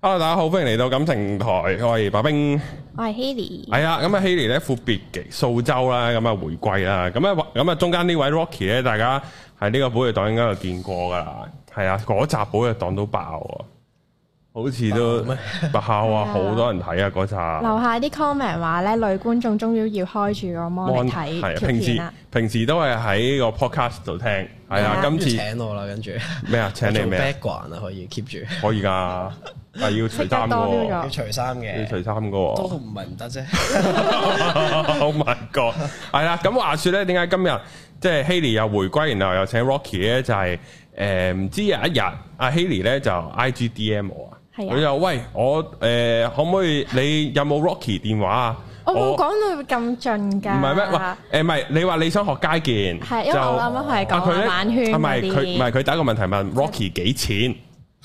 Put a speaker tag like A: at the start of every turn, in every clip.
A: Hello，大家好，歡迎嚟到感情台，我係白冰。
B: 我係 Haley，
A: 係啊，咁啊希尼咧闊別嘅蘇州啦，咁啊回歸啦，咁啊咁啊中間呢位 Rocky 咧，大家喺呢個寶藥黨應該有見過噶啦，係啊，嗰集寶藥黨都爆啊，好似都爆啊，好多人睇啊嗰集。
B: 留下啲 comment 話咧，女觀眾終於要開住個 mon 嚟
A: 係啊
B: 睇
A: 平
B: 條片
A: 時
B: 啦。
A: 平時都係喺個 podcast 度聽，係啊，
B: 係
A: 今
B: 啊
A: 次
C: 請我啦，跟住
A: 咩啊？ 請你咩啊？
C: background 啊，可以 keep 住
A: 可以㗎，但係要 除衫
B: 識得多
A: 㗎
B: 啲
A: 喎
B: 咗
C: 要除衫
A: 要
C: 嘅，
A: 除衫㗎喎。
C: 都唔係唔得啫。
A: Oh my god！係啦，咁話說咧，點解今日即係 Haley 又回歸，然後又請 Rocky 咧，就係誒唔知有一日阿 Haley 咧就 IG DM 我啊，
B: 係啊
A: 佢就喂我誒、呃可唔可以你有冇 Rocky 電話啊？
B: 我冇講到咁盡㗎，
A: 唔係咩？喂誒唔係你話你想學街健，
B: 係因為我啱啱係
A: 就啊佢
B: 講
A: 咧
B: 玩圈
A: 啊唔係佢
B: 嗰
A: 唔係
B: 啲，
A: 佢第一個問題問 Rocky 幾錢？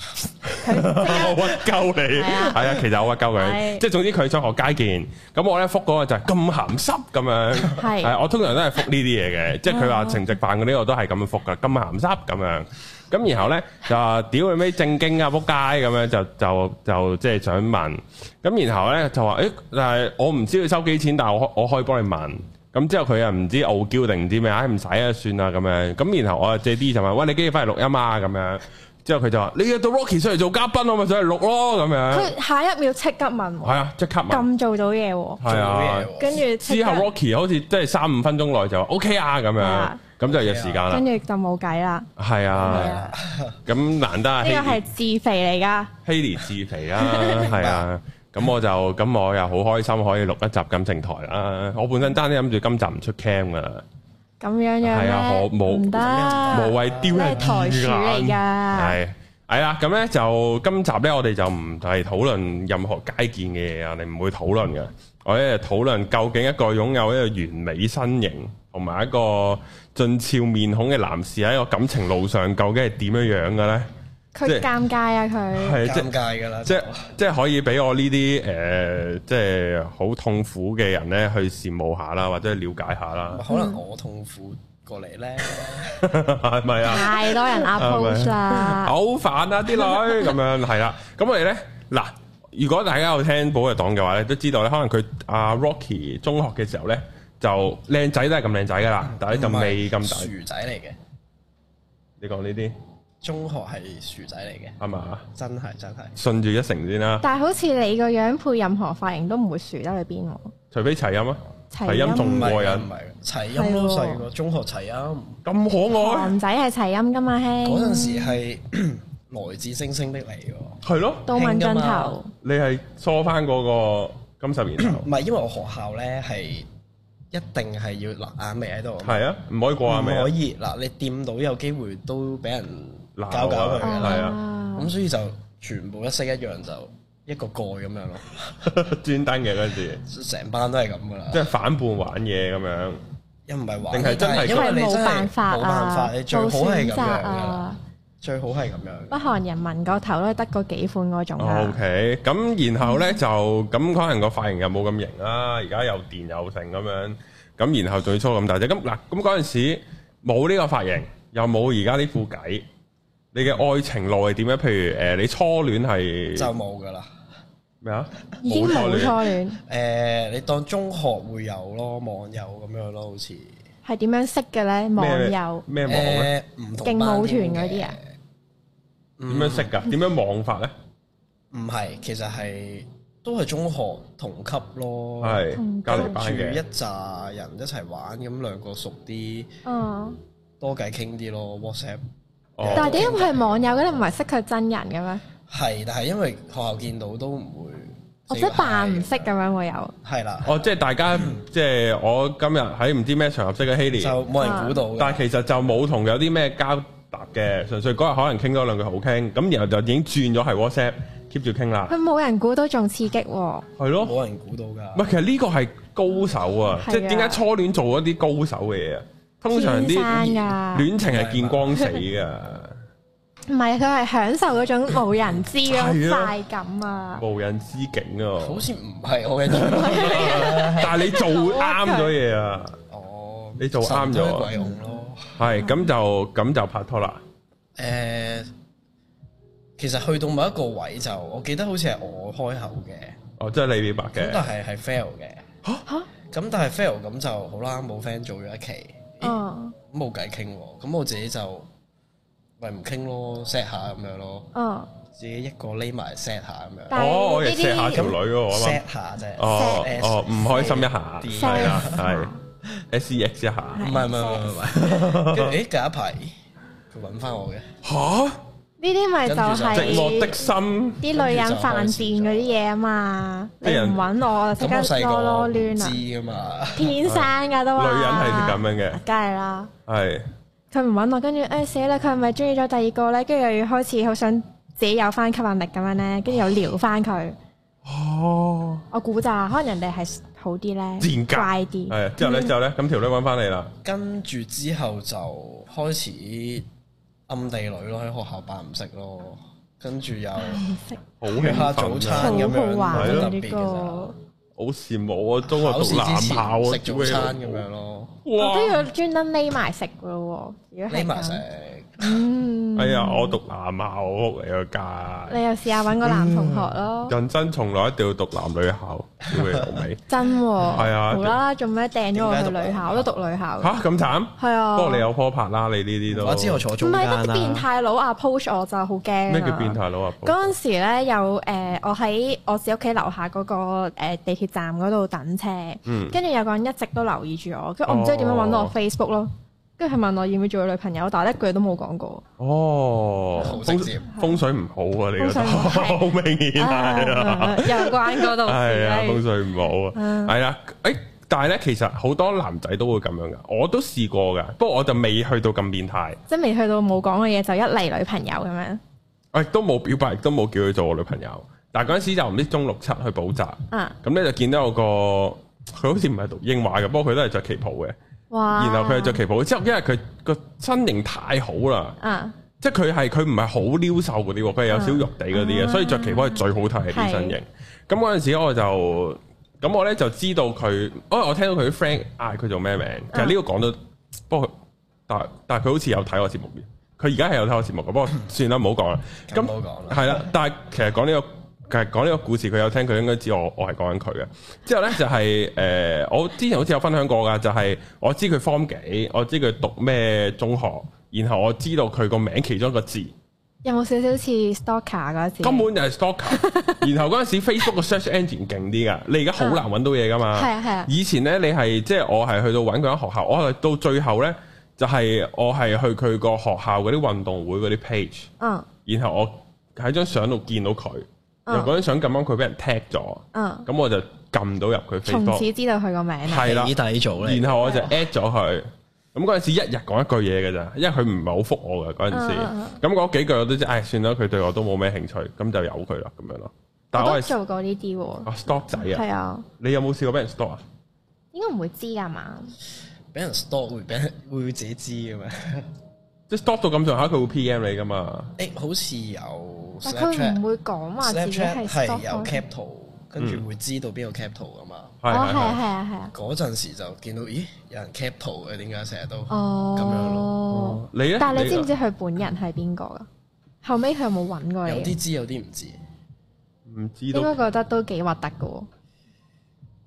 A: 我屈鳩你，
B: 係啊
A: 係啊，其實我屈鳩佢，
B: 係
A: 即係總之佢想學街健，咁我咧覆嗰個就係咁鹹濕咁樣，
B: 係
A: 係我通常都係覆呢啲嘢嘅，即係佢話情直辦嗰啲我都係咁樣覆噶，咁鹹濕咁樣，咁然後咧就話屌你咩正經啊仆街咁樣就就就即係想問，咁然後咧就話誒，但係我唔知佢收幾錢，但係我可我可以幫你問。咁之後佢又唔知傲嬌定唔知咩，唉唔使啊算啦咁樣。咁然後我就借啲就問，喂你幾時翻嚟錄音啊咁樣。之後佢就話：你約到 Rocky 上嚟做嘉賓，我咪上嚟錄咯咁樣。
B: 佢下一秒即刻問
A: 係
B: 我，
A: 啊，即刻問。
B: 咁做到嘢喎，
A: 係啊
C: 做嘢，喎
B: 跟住即
A: 之後
B: 刻
A: Rocky 好似即係三五分鐘內就話 OK 啊咁
B: 係
A: 樣
B: 啊，
A: 咁就約時間啦
B: 跟。住就冇計啦。
A: 係
B: 係
A: 啊
B: 啊，
A: 咁難得啊
B: 呢個係自肥嚟㗎，
A: Haley 自肥 啊，係啊。咁我就咁我又好開心可以錄一集感情台啦。我本身單啲諗住今集唔出 cam 噶啦，
B: 咁樣樣
A: 係
B: 咧
A: 啊我冇
B: 唔得，
A: 無謂丟
B: 你
A: 人
B: 係台
A: 魚
B: 柱嚟
A: 眼
B: 㗎，
A: 係係啦，咁咧就今集咧，我哋就唔係討論任何街健嘅嘢啊，你唔會討論嘅。我咧就討論究竟一個擁有一個完美身形同埋一個俊俏面孔嘅男士喺個感情路上究竟係點樣樣嘅咧？即係
B: 佢尷尬啊佢，
A: 係即
C: 尷尬噶啦，
A: 即即係可以俾我呢啲誒，即係好痛苦嘅人咧去羨慕下啦，或者去了解下啦，
C: 可能我痛苦過嚟咧，
A: 係咪啊？
B: 太多人 approach 啦。
A: 好煩啊啲 女咁樣係啦。咁我哋咧嗱，如果大家有聽寶藥黨嘅話咧，都知道咧，可能佢阿 Rocky 中學嘅時候咧，就靚仔都係咁靚仔噶
C: 嗯
A: 啦，但係咧就未咁大。
C: 薯仔嚟嘅，
A: 你講呢啲
C: 中學係薯仔嚟嘅，
A: 係嘛？
C: 真係真係。
A: 順住一成先啦，
B: 但係好似你個樣配任何髮型都唔會輸得去邊喎。
A: 除非齊音啊，齊
B: 齊
A: 音
B: 音
A: 仲
C: 唔係
A: 過
C: 㗎
A: 癮
C: 唔，係㗎齊音都細個，中學齊音
A: 咁可愛，
C: 嗯
B: 男仔係齊音噶嘛，兄。
C: 嗰陣時係 來自星星的你喎，
A: 係咯，
B: 到問盡
C: 興㗎嘛
B: 頭，
A: 你係梳翻嗰個金十年頭
C: 唔，係因為我學校咧係一定係要立眼眉喺度啊嘛。
A: 係啊，唔可以過啊
C: 唔
A: 咪啊
C: 可，以嗱，你掂到有機會都俾人
A: 鬧啊
C: 搞搞
B: 哦
C: 佢㗎啦，
A: 係啊
C: 咁所以就全部一式一樣就一個蓋咁樣咯，
A: 專登嘅嗰陣時，
C: 成班都係咁噶啦
A: 即，係反叛玩嘢咁樣。
C: 又唔係話
A: 定係真係
C: 因為你
B: 因為
C: 真
B: 冇
C: 係
B: 辦法
C: 冇辦
B: 啊，
C: 法，你最好係
B: 冇
C: 咁樣
B: 選擇
C: 噶啦
B: 啊，。
C: 最好係咁
B: 北
C: 樣。
B: 韓人民個頭都係得嗰幾款嗰種啊
C: 哦
A: O，K，咁然後咧就咁可能個髮型又冇咁型啦，而家又電又成咁樣，咁然後仲要粗咁大隻，咁嗱咁嗰陣時冇呢個髮型，又冇而家呢副計，你嘅愛情路係點咧？譬如誒、呃你初戀
C: 就
A: 係
C: 冇噶啦，
A: 咩啊？
B: 已經冇初戀，
C: 誒、你當中學會有咯，網友咁樣咯，好似
B: 係點樣識嘅咧？網友
A: 咩咩網啊咧？
C: 誒唔同
B: 勁
C: 班
B: 舞團
C: 嘅嗯
B: 嗰啲啊，
A: 點樣識㗎？點樣網法咧？
C: 唔係，其實係都係中學同級咯，
A: 係
B: 同
A: 隔離班
C: 住一
A: 嘅，
C: 紮人一齊玩，咁兩個熟啲，哦
B: 嗯，
C: 多偈傾啲咯。WhatsApp
A: 哦
B: 但係點解會係網友嘅咧？唔係識佢真人嘅咩？
C: 係，但係因為學校見到都唔會，
B: 或者哦扮唔識咁。樣會有，
C: 係啦，
A: 哦，即係大家即係我今日喺唔知咩場合識嘅 Haley，
C: 就冇人估到嘅。
A: 但係其實就冇同有啲咩交搭嘅，純粹嗰日可能傾咗兩句好傾，咁然後就已經轉咗係 WhatsApp keep 住傾啦，
B: 佢冇人估到仲刺激喎，
A: 係咯。
C: 冇人估到
A: 唔
C: 㗎。
A: 係，其實呢個係高手啊，
B: 係啊
A: 即係點解初戀做一啲高手嘅嘢啊？通常
B: 天
A: 啲
B: 生㗎，
A: 戀情係見光死㗎，
B: 唔係佢係享受嗰種冇人知嗰種
A: 係啊
B: 快感啊。
A: 無人知境啊！
C: 好似唔係我嘅錯。
A: 但係你做啱咗嘢啊，
C: 哦，
A: 你做啱咗
C: 神推鬼用咯。
A: 係咁就咁就拍拖啦。
C: 誒，其實去到某一個位就，我記得好似係我開口嘅，
A: 哦，即係你表白
C: 咁但
A: 嘅，
C: 係係 fail 嘅，
B: 吓，
C: 咁但係 fail 咁就好啦，冇 friend 做咗一期，咦
B: 哦，
C: 咁冇計傾喎，咁我自己就咪唔傾咯，set 下咁樣咯，
B: 哦，
C: 自己一個匿埋 set 下咁樣
B: 但係
A: 哦，我亦
B: 呢啲
A: set 下條女喎，我啱啱
C: ，set 下啫，
A: 哦
C: set
A: 哦，唔開心一下，
C: 啲
A: 係啦，係 S E X 一下，
C: 唔係唔係唔係唔係，跟住誒隔一排佢揾翻我嘅，
A: 吓，
B: 呢啲咪就
A: 寂寞的
B: 係
A: 心，
B: 啲女人犯賤嗰啲嘢啊嘛，你
A: 啲人
B: 唔揾我，我即刻
C: 咁我細
B: 囉
C: 個
B: 囉
C: 唔
B: 攣啊，
C: 知噶嘛，
B: 天生噶都話，
A: 女人係咁樣嘅
B: 梗係啦。
A: 係
B: 佢唔揾我，跟住誒死啦！佢係咪中意咗第二個咧？跟住又要開始好想自己有翻吸引力咁樣咧，跟住又撩翻佢。
A: 哦，
B: 我估咋，可能人哋係好啲咧，
A: 賤格
B: 怪啲。
A: 係之後
B: 嗯
A: 咧，之後咧，咁條女揾翻你啦，
C: 跟住之後就開始暗地裏咯，喺學校扮唔識咯，跟住又
B: 唔識
A: 好
C: 約下
A: 興
C: 早
A: 奮啊
C: 餐咁樣，
B: 好好玩
A: 係
B: 啊
A: 咯
C: 冇特
B: 呢
C: 別嘅咋
B: 個。
A: 好羨慕啊！中學
C: 考
A: 讀
C: 試
A: 男
C: 之
A: 校啊，
C: 前食早餐咁樣咯，
B: 我都
A: 哇！
B: 要專登匿埋食噶咯喎。如果係啊
C: 匿埋食
B: 咁，。嗯，
A: 哎呀，我讀男校，我屋你個街，
B: 你又試下揾個男同學咯，
A: 人真從來一定要讀男女校，屌你老 味
B: 真喎。
A: 係啊
B: 無啦啦做咩掟咗我去
C: 點解讀
B: 女
C: 女校
B: 校？我都讀女校嘅。
A: 吓咁慘，
B: 係啊。
A: 不過你有科拍啦，你呢啲都
C: 我知我坐
B: 唔
C: 中間啊
B: 係得變
C: 啦，
B: 態佬 approach 我就好驚。
A: 咩叫變？態佬啊？
B: 嗰陣時咧有誒、呃我喺我自己屋企樓下嗰、個、呃、地鐵站嗰度等車，
A: 嗯
B: 跟住、有個人一直都留意住我，跟住我唔知佢點樣揾到
A: 哦
B: 我 Facebook 咯，跟住佢問我要唔要做佢女朋友，但係一句都冇講過。
A: 哦，
C: 好
A: 風
C: 直接
A: 風水唔好啊！你嗰
B: 風水唔
A: 度
B: 好
A: 好明顯係啊，
B: 啊 又關嗰度
A: 係啊，風
B: 事
A: 水唔好啊，
B: 嗯
A: 係啦，誒，但係咧，其實好多男仔都會咁樣噶，我都試過噶，不過我就未去到咁變態，
B: 即係未去到冇講嘅嘢就一嚟女朋友咁樣
A: 我亦都冇表白，亦都冇叫佢做我女朋友。但係嗰陣時就唔知中六七去補習，
B: 啊！
A: 咁咧就見到有個佢好似唔係讀英華嘅，不過佢都係着旗袍嘅。
B: 哇！
A: 然後佢係着旗袍之後，因為佢個身形太好啦，
B: 啊，
A: 即係佢係佢唔係好撩瘦嗰啲喎，佢係有少肉地嗰啲嘅，
B: 啊
A: 所以着旗袍係最好睇嘅啲身形。咁嗰陣時我就咁我咧就知道佢，哦，我聽到佢啲 friend 嗌佢做咩名，其實呢個講到，不過但係但係佢好似有睇我節目嘅，佢而家係有睇我節目嘅，不過 算啦，唔好講啦。
C: 咁冇講啦。
A: 係啦，但係其實講呢、個其實講呢個故事，佢有聽，佢應該知我我係講緊佢嘅。之後呢，就係、呃我之前好似有分享過噶，就係、我知佢 form 幾，我知佢讀咩中學，然後我知道佢個名其中一個字，
B: 有冇少少似 stalker 嗰次？
A: 根本就係 stalker。然後嗰陣時 Facebook 個 search engine 勁啲噶，你而家好
C: 嗯
A: 難揾到嘢噶嘛。
B: 係啊係啊
A: 以前呢，你係即係我係去到揾佢間學校，我係到最後呢，就係、我係去佢個學校嗰啲運動會嗰啲 page。
B: 嗯
A: 然後我喺張相度見到佢，由
B: 嗯
A: 嗰張相咁啱佢俾人踢咗，
B: 嗯，
A: 咁我就撳到入佢
B: 從此
A: Facebook，
B: 知道佢個名啊啦。
A: 係啦
C: 起，底做咧，
A: 然後我就
B: 啊
A: at 咗佢。咁嗰陣時一日講一句嘢嘅咋，因為佢唔係好覆我嘅嗰陣時
B: 嗯嗯，
A: 咁嗰幾句我都知，唉算啦，佢對我都冇咩興趣，咁就由佢啦咁樣咯。但係
B: 我
A: 我
B: 都
A: 係
B: 做過呢啲喎，
A: 啊 stalk 仔啊，
B: 係啊，
A: 你有冇試過俾人 stalk 啊？
B: 應該唔會知㗎嘛？
C: 俾人 stalk 會俾人 會自己知 嘅咩？
A: 即係 stalk 到咁上下，佢會 PM 你噶嘛？
C: 誒，好似有
B: 但佢唔
C: Snapchat，Snapchat
B: 會講話自己係
C: 係
B: stalker
C: 有 cap 圖，跟住會知道邊個 cap 圖噶嘛。
A: 係
B: 哦，係啊，
A: 係
B: 係啊，係啊。
C: 嗰陣時就見到，咦，有人 cap 圖嘅，點解成日都？咁樣
B: 哦
A: 係，，你咧？
B: 但係你知唔
A: 呢
B: 知佢本人係邊個噶？後尾佢有冇揾過
C: 有啲
B: 你？啊
C: 知，有啲唔知。
A: 唔知
B: 應
A: 道
B: 該覺得都幾核突噶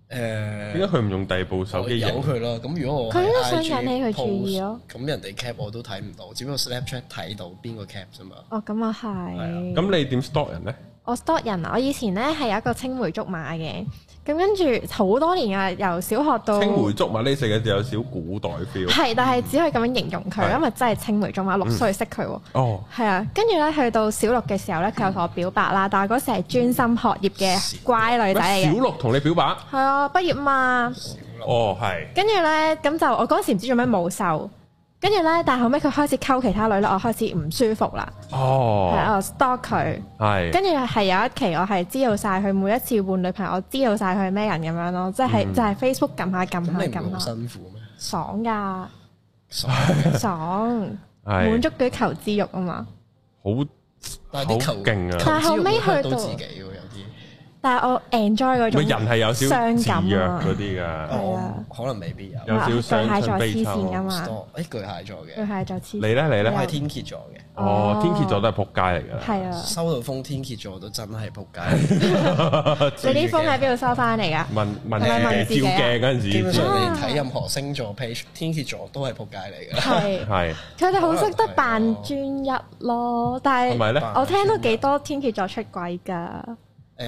C: 誒
A: 點解佢唔用第二部手機
C: 有
A: 影？
C: 佢咯。咁如果我
B: 佢
C: 喺
B: 都想
C: IG
B: 引起佢注意咯
C: post，咁人哋 cap 我都睇唔到，只不過 Snapchat 睇到邊個 cap 啫嘛。
B: 喎。哦，咁啊
C: 係
B: 係。
A: 咁你點 stalk 人咧？
B: 我 stalk 人啊！我以前咧係有一個青梅竹馬嘅，咁跟住好多年啊，由小學到
A: 青梅竹馬呢四個字有少古代 feel。
B: 係，但係只可以咁樣形容佢，
A: 係嗯
B: 因為真係青梅竹馬，六歲識佢喎。
A: 哦，
B: 係啊，跟住咧去到小六嘅時候咧，佢有同我表白啦，但係嗰時係專心學業嘅乖女
A: 咩
B: 仔嚟
A: 嗯小
B: 嘅。
A: 六同你表白？
B: 係啊，畢業嘛。
A: 哦，係。
B: 跟住咧，咁就我嗰時唔知做咩冇瘦，跟住咧，但後尾佢開始溝其他女啦，我開始唔舒服啦，係啊
A: 哦，
B: 我 stalk 佢，
A: 係。
B: 跟住係有一期我係知道晒佢每一次換女朋友，我知道晒佢係咩人咁樣咯，即係、
A: 嗯
B: 就嗯係啊 Facebook 撳下撳下
C: 咁你唔會
B: 撳下，
C: 好辛苦咩？
B: 爽噶，
C: 爽
B: 爽，
A: 係
B: 滿足佢求知欲啊嘛，
A: 好
C: 但係啲
A: 好
C: 球
A: 勁啊
C: 球
B: 但係後尾
C: 知會
B: 去到
C: 嚇到自己喎，有啲
B: 但係我 enjoy 嗰
A: 咪
B: 種
A: 人係有少少
B: 傷
A: 自
B: 感
A: 虐
B: 啊嘛
A: 嗰啲噶，
B: 係
C: 我
B: 啊
C: 可能未必有。
A: 有少少傷春悲
B: 巨蟹座黐線㗎
A: 秋。
B: 嘛
C: store，誒巨蟹
B: 佢
C: 座嘅，
B: 係就黐
A: 你咧，你
C: 我
A: 咧
B: 有，
C: 係天蝎座嘅，
A: 哦，天蝎座都係仆街嚟㗎啦。
B: 係啊！
C: 收到風天蝎座都真係仆街。
B: 你啲風喺邊度收翻嚟㗎？
A: 問問
B: 係咪問
A: 自
B: 自
A: 己
B: 己
A: 照鏡嗰陣
C: 基本上
A: 時，
C: 你睇任何星座 page，天蝎座都係仆街嚟㗎。
B: 係
A: 係
B: 佢哋好識得扮專一咯，但
A: 係咪
B: 係
A: 咧？
C: 扮
B: 我聽到幾多天蝎座出軌㗎，
C: 誒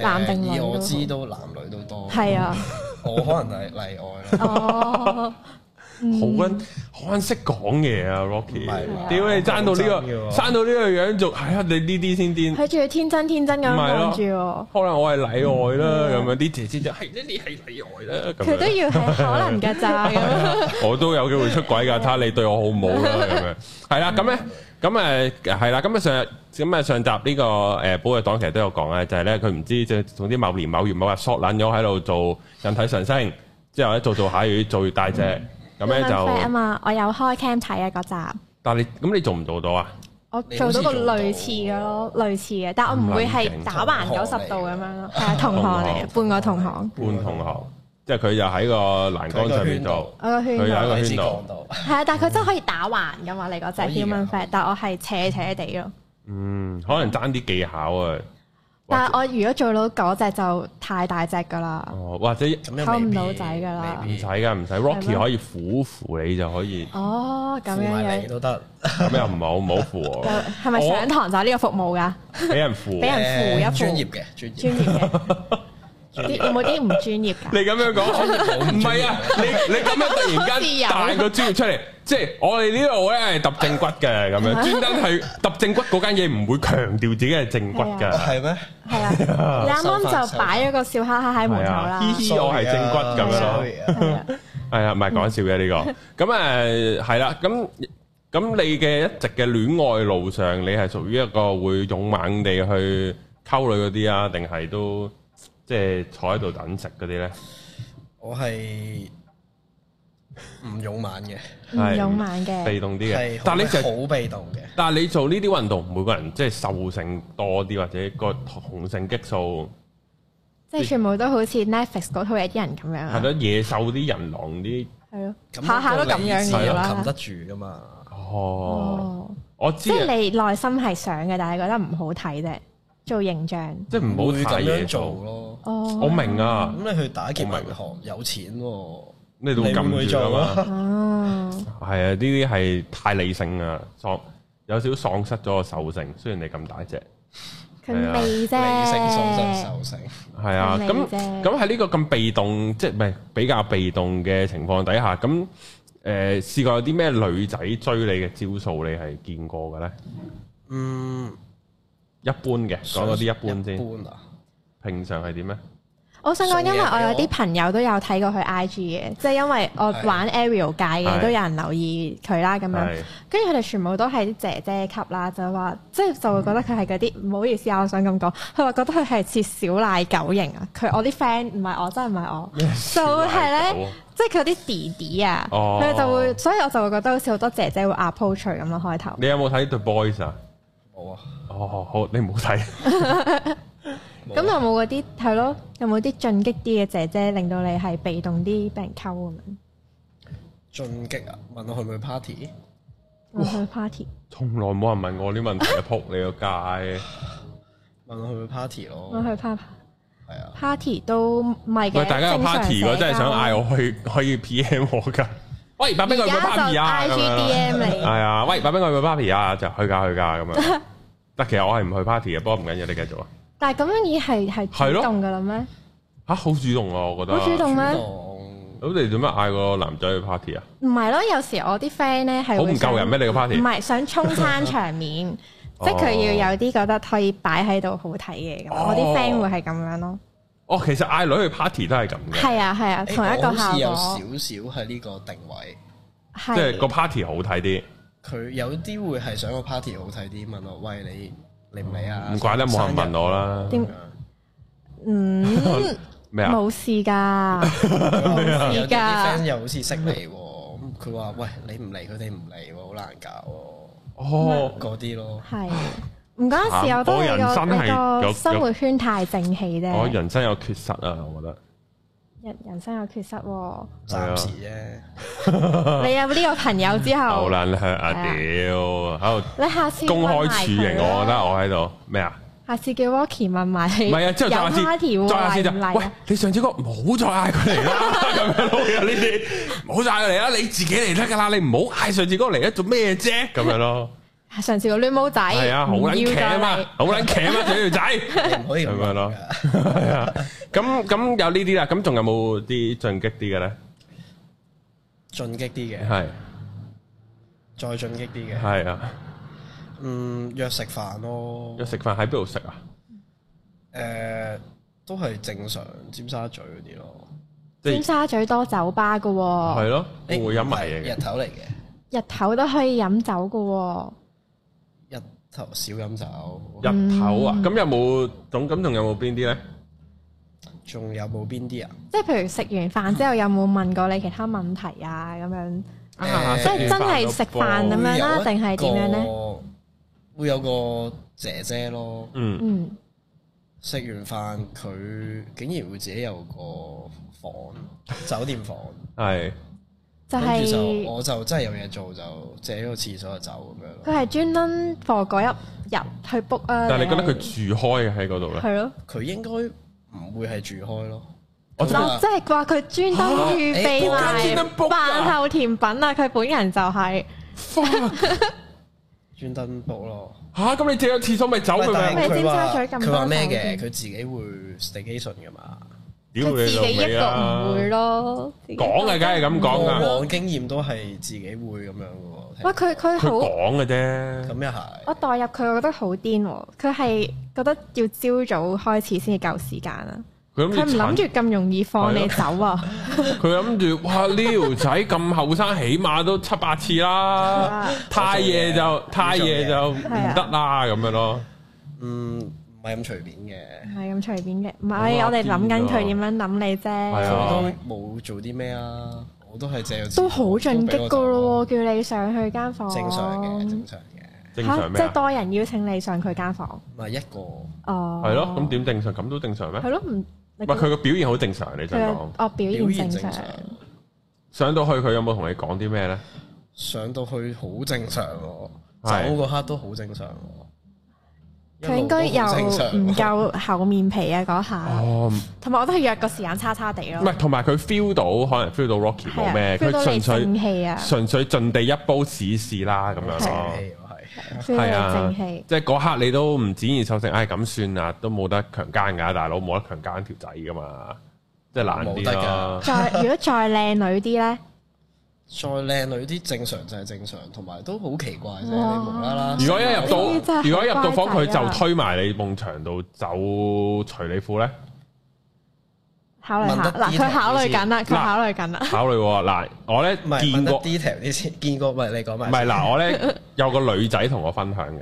B: 男定女
C: 以
B: 都
C: 我
B: 好
C: 知都男女都
A: 哦
C: 多。
B: 係 啊，
C: 我可能係例外啦。
B: 哦，
A: 好撚好撚識講嘢啊
C: 唔係
A: ，Rocky！
C: 啊
A: 屌你爭到呢
C: 講真嘅
A: 個，
C: 喎
A: 爭到呢個樣仲係啊！你呢啲先癲。
B: 佢仲要天真天真咁
A: 唔
B: 樣
A: 係
B: 啊望住
A: 咯
B: 我，，
A: 可能我係例外啦，
B: 嗯
A: 咁樣啲姐姐就係呢啲係例外啦，咁
B: 佢都
A: 樣
B: 要係可能㗎咋咁樣，
A: 我都有機會出軌㗎，睇下你對我好唔好啦， 咁樣係啦，咁咧，咁誒係啦，咁啊上咁啊上集呢個誒寶藥黨其實都有講啊咧，就係咧佢唔知即係總之某年某月某日索撚咗喺度做引體上升，之後咧做做下越做越大隻，咁咧
B: 啊
A: 就
B: 嘛，我有開 cam 睇啊嗰集。
A: 但係你咁你做唔做到啊？
B: 我做到個類似嘅咯，類似嘅，但我唔會係打橫九十度咁樣咯，係啊，同行嚟，嘅，半個同行，
A: 半同行，即係佢就喺個欄杆上面做，
B: 我個圈
A: 佢有一
B: 度
A: 個
C: 喺
A: 圈度
C: 講到，
B: 係啊，但係佢真係可以打橫噶嘛，你嗰只
C: 可以㗎
B: human fat，但我係斜斜地咯。
A: 嗯，可能爭啲技巧啊，
B: 但係我如果做到嗰只就太大隻噶啦，
A: 哦或者。
C: 咁又
B: 溝唔
C: 未必
B: 到仔㗎啦
A: 唔
C: 未必
A: 使噶，唔使。
B: 係
A: Rocky
B: 咩
A: 可以苦扶你就可以，
B: 哦咁
C: 扶
B: 樣
C: 埋你
B: 樣，
C: 都得。
A: 咁又唔好唔好扶
B: 有
A: 我，
B: 係咪上堂就係呢個服務㗎？
A: 俾人扶。啊
B: 俾人扶一
C: 誒
B: 扶
C: 專業嘅，專業
B: 專業嘅，啲有冇啲唔專業㗎？
A: 你咁樣 講，唔係啊！你你咁樣突然
B: 自
A: 間
B: 由
A: 彈個專業出嚟，即係我哋呢度咧係揼正骨嘅咁 樣，專登係揼正骨嗰間嘢唔會強調自己係正骨
B: 係
A: 㗎，
C: 哦係咩？
B: 係啊，你啱啱
C: 收
B: 就
C: 返
B: 擺咗個笑哈哈喺門口啦，
A: 係啊嘻嘻我係正骨咁
B: 樣
C: Sorry 啊
B: 係啊，
A: 係啊，唔係講笑 嘅呢個。咁誒係啦，咁咁你嘅一直嘅戀愛路上，你係屬於一個會勇猛地去溝女嗰啲啊，定係都即係坐喺度等食嗰啲咧？
C: 我係唔勇猛嘅，
B: 唔勇猛嘅。
A: 被動啲嘅
C: 係，
A: 但係啊你
C: 好
A: 就係
C: 好被動嘅。
A: 但係你做呢啲運動，每個人即係獸性多啲，或者個雄性激素
B: 即係全部都好似 Netflix 嗰套嘢啲人咁樣
A: 係
B: 啊，
A: 咯，野獸啲人狼啲。
B: 係咯，
C: 咁
B: 下下都咁樣
C: 個理智
B: 嘅
C: 又
B: 啦
C: 冚。得住噶嘛？
A: 哦，
B: 哦，
A: 我知
B: 即係
A: 啊，
B: 你內心係想嘅，但係覺得唔好睇啫，做形象。
A: 即係唔好
C: 會
A: 太
C: 咁
A: 野
C: 樣做
A: 獸。
C: 咯。
B: 哦，
A: 我明啊，
C: 咁你去打劫銀行有錢喎，
A: 你都
C: 你會唔會
A: 撳住啊
C: 做
A: 嘛
C: 啊。？
B: 哦，
A: 係啊，呢啲係太理性啊，喪有少少喪失咗個獸性。雖然你咁大隻，
B: 佢未啫，
C: 啊理性喪失受性，
A: 係啊，
B: 咁
A: 咁
B: 你啫
A: 咁喺呢個咁被動，即係唔係比較被動嘅情況底下，咁誒、呃、試過有啲咩女仔追你嘅招數，你係見過嘅咧？
C: 嗯，
A: 一般嘅，講嗰啲一般
C: 一
A: 先。
C: 般啊，
A: 平常係點咧？
B: 我想講，因為我有
C: 信嘢
B: 啲
C: 俾我
B: 朋友都有睇過佢 IG 嘅，即係因為我
C: 係
B: 玩 Ariel 界
A: 係
B: 嘅，都有人留意佢啦咁樣。
A: 係
B: 跟住佢哋全部都係啲姐姐級啦，就話即係就會覺得佢係嗰啲唔好意思啊，我想咁講，佢話覺得佢係似小奶狗型啊。佢我啲 friend 唔係我，真係唔係我，就係咧，即係佢啲弟弟啊，
A: 哦
B: 佢哋就會，所以我就會覺得好似好多姐姐會 approach 佢咁咯開頭。
A: 你有冇睇 The Boys 啊？
C: 冇啊，啊
A: 哦，好，你唔好睇。啊
B: 咁啊有冇嗰啲係咯？有冇啲進擊啲嘅姐姐令到你係被動啲俾人溝咁樣？
C: 進擊啊！問我去唔去 party？
B: 我去 party，
A: 從來冇人問我啲問題，撲你個街。
C: 問我去唔去 party
B: 我
C: 咯，
B: 去 party
C: 係啊，
B: party 都唔係
A: 喂，
B: 嘅。
A: 大家有
B: 正常
A: party 如果真係想嗌
B: 社交，
A: 我去， 可以 PM 我噶。喂，白冰我
B: 而
A: 去唔去
B: 家
A: party
B: 就
A: 啊？咁
B: IG
A: 樣
B: DM 你
A: 係。啊，喂，白冰我去唔去 party 啊？就去噶去噶咁樣。 但其實我係唔去 party 嘅，不過唔緊要，你繼續啊。
B: 但係咁樣已係係
A: 係咯
B: 主動噶啦咩？
A: 吓，好主動啊，我覺得。
B: 好主。動咩？
C: 當
A: 咁你做咩嗌個男仔去 party 啊？
B: 唔係咯，有時我啲 friend 咧係
A: 好
B: 會
A: 唔
B: 想
A: 夠人咩？？哦你個 party
B: 唔係想衝餐 場面，即係佢要有啲覺得可以擺喺度好睇嘅咁。
A: 哦
B: 我啲 friend 會係咁樣咯。
A: 哦，其實嗌女去 party 都係咁嘅，
B: 係啊係啊，同一
C: 誒我
B: 個
C: 好似有
B: 效果
C: 少少喺呢個定位，
A: 即係個
B: 係
A: party 好睇啲。
C: 佢有啲會係想個 party 好睇啲，問我喂你嚟唔嚟啊？
A: 嗯唔怪得冇人問我啦。
B: 點嗯
A: 咩啊？
B: 冇事㗎，
C: 冇
B: 事㗎
C: 有啲 friend 又好似識你喎，咁佢話喂你唔嚟，佢哋唔嚟喎，好難搞喎，
A: 哦，
C: 嗰啲咯。
B: 係唔關事，我
A: 啊
B: 覺得
A: 我人生係
B: 你個你
A: 有
B: 個生活圈太正氣啫。
A: 我哦人生有缺失啊，我覺得。
B: 人人生有缺失喎，
A: 係啊
C: 暫時啫。
A: 啊
B: 你有呢個朋友之
A: 牛
B: 後，
A: 撚香啊
B: 係啊
A: 屌！喺度
B: 你下次
A: 公開
B: 開
A: 處刑，我覺得我喺度咩啊？
B: 下次叫 Rocky 問埋你，
A: 唔係啊，之後再下
B: 有 party
A: 次，
B: 喎
A: 再下次就
B: 嚟唔嚟啊
A: 喂，你上次嗰個唔好再嗌佢 嚟啦，咁樣咯，有呢啲唔好再嗌佢嚟啦，你自己嚟得噶啦，你唔好嗌上次嗰個嚟啦，做咩啫？咁樣咯，
B: 啊上次個攣毛仔，
A: 係啊，好
B: 唔
A: 撚
B: 要
A: 騎啊
B: 再
A: 嘛
B: 嚟，
A: 好 撚騎啊嘛，小條仔。
C: 你唔可以
A: 咁
C: 咁
A: 樣
C: 樣
A: 咯
C: 咯。
A: 啊係啊，咁咁有呢啲啦，咁仲有冇啲進擊啲嘅咧？
C: 進擊啲嘅，
A: 係
C: 再進擊啲嘅。
A: 係啊，
C: 嗯，約食飯咯
A: 要。食飯喺邊度食啊？
C: 誒，都係正常尖沙咀嗰啲咯。
A: 即
B: 尖
A: 係
B: 沙咀多酒吧噶喎，
A: 係咯，會
C: 誒
A: 唔會飲埋嘢
C: 日
A: 嘅？
C: 頭嚟嘅，
B: 日頭都可以飲酒噶喎。
C: 日頭少飲酒。
A: 日頭啊，咁有冇總咁仲有冇邊啲咧？
C: 仲有冇邊啲啊？
B: 即係譬如食完飯之後有冇問過你其他問題啊？咁樣
A: 啊
C: 誒
B: 即係真係食飯咁樣啦，
C: 會有一
B: 定係點樣咧？
C: 個？會有個姐姐咯，
A: 嗯，
B: 嗯，
C: 食完飯佢竟然會自己有個房，酒店房。
A: 係
B: 就
C: 跟住就
B: 係
A: 哦
C: 我就真係有嘢做，就借咗個廁所就走咁樣咯。
B: 佢係專登 for 嗰一日去 book 啊。
A: 但係你覺得佢啊
B: 定
A: 住開嘅喺嗰度咧？
B: 係咯？
C: 佢應該唔會係住開咯。啊
A: 我哦
C: 佢
A: 真係啊
C: 話
B: 哦嗱，即係話佢專登預備
C: 啊
A: 誒專登
B: 埋
A: book 啊
B: 飯後甜品啊！佢本人就係
C: 專登 book 咯。
A: 吓，咁你借咗廁所咪走
C: 但
A: 佢咪？
C: 係
B: 咪
C: 佢話
B: 尖沙咀咁多
C: 佢話咩嘅？
B: 酒店
C: 佢自己會 staycation 噶嘛？
A: 屌
B: 佢自
A: 你老
B: 己一
A: 味
B: 個唔會
A: 啦！
B: 咯。
A: 講啊嘅梗係咁講
C: 過
A: 噶，
C: 往經驗都係自己會咁樣嘅
B: 喂，
C: 喎。
B: 佢佢
A: 佢
B: 好。
A: 講嘅啫。
C: 咁又
B: 我
C: 係。
B: 代入佢，我覺得好癲喎！佢係覺得要朝早開始先至夠時間啊！
A: 佢
B: 佢唔諗
A: 諗
B: 住
A: 住
B: 咁容易放你走啊！
A: 鏟，佢諗住，哇！呢條仔咁後生，起碼都七八次啦。
B: 啊
A: 太夜就太夜就唔得啦，咁樣咯。
C: 嗯，唔係咁隨便嘅
B: 唔。係咁隨便嘅，唔
A: 好
B: 係哎
A: 啊
B: 我哋諗緊
A: 癲㗎
B: 佢點樣諗你
A: 係
C: 佢
A: 啊
B: 啫，
C: 都冇做啲咩啊，我都係借咗。
B: 都好進擊噶咯喎！叫你上去間房，
C: 喎。正常嘅，正常嘅。
A: 正
B: 嚇
A: 常
B: 即
A: 咩
B: 係
A: 啊？
B: 多人邀請你上佢間房，
C: 唔係一個。
B: 哦，
A: 係咯，咁點正常？咁都正常咩？
B: 係咯，唔
A: 唔
B: 你
A: 係佢個表現好正常，你想
B: 佢
A: 講
B: 哦表
C: 表
B: 現
C: 現
B: 正常
C: 正，常，
A: 上到去佢有冇同你講啲咩咧？
C: 上到去好正常喎，
A: 係
C: 走嗰刻都好正常喎。
B: 佢應該
C: 一路
B: 又
C: 都好正常喎
B: 唔夠厚面皮啊嗰下，
A: 哦，
B: 同埋我都係約個時間差差地
A: 唔
B: 咯，
A: 係，同埋佢 feel 到可能 feel 到 Rocky
B: 係
A: 冇
B: 啊
A: 咩，佢
B: ，feel 到
A: 純
B: 你
A: 粹
B: 正氣啊
A: 純粹盡地一煲試試啦，咁樣咯。
C: 正氣喎係。
B: ，feel
A: 係
B: 到
A: 啊
B: 你正氣，。
A: 即係嗰刻你都唔展現獸性，哎唉咁算啦，都冇得強奸㗎，大佬冇得強奸條仔㗎嘛，即係難啲
C: 冇得
A: 啦
C: 㗎。
B: 再如果再靚女啲咧，
C: 再靚女啲正常就係正常，同埋都好奇怪啫，你
B: 哇
C: 無啦啦。
A: 如果一入到
B: 呢啲真係好乖仔啊
A: 如果一入到房佢就推埋你夢牆度走除你褲咧，
B: 考慮下
C: 問得
B: 嗱，
C: detail
B: 佢考慮
C: 啲先
B: 緊啦，佢
A: 嗱
B: 考慮緊啦。
A: 考慮喎嗱，我咧
C: 唔係問
A: 見
C: 得
A: 過。
C: detail 啲先，見過唔係你講埋
A: 唔
C: 先。
A: 係嗱，我 咧有個女仔同我分享嘅，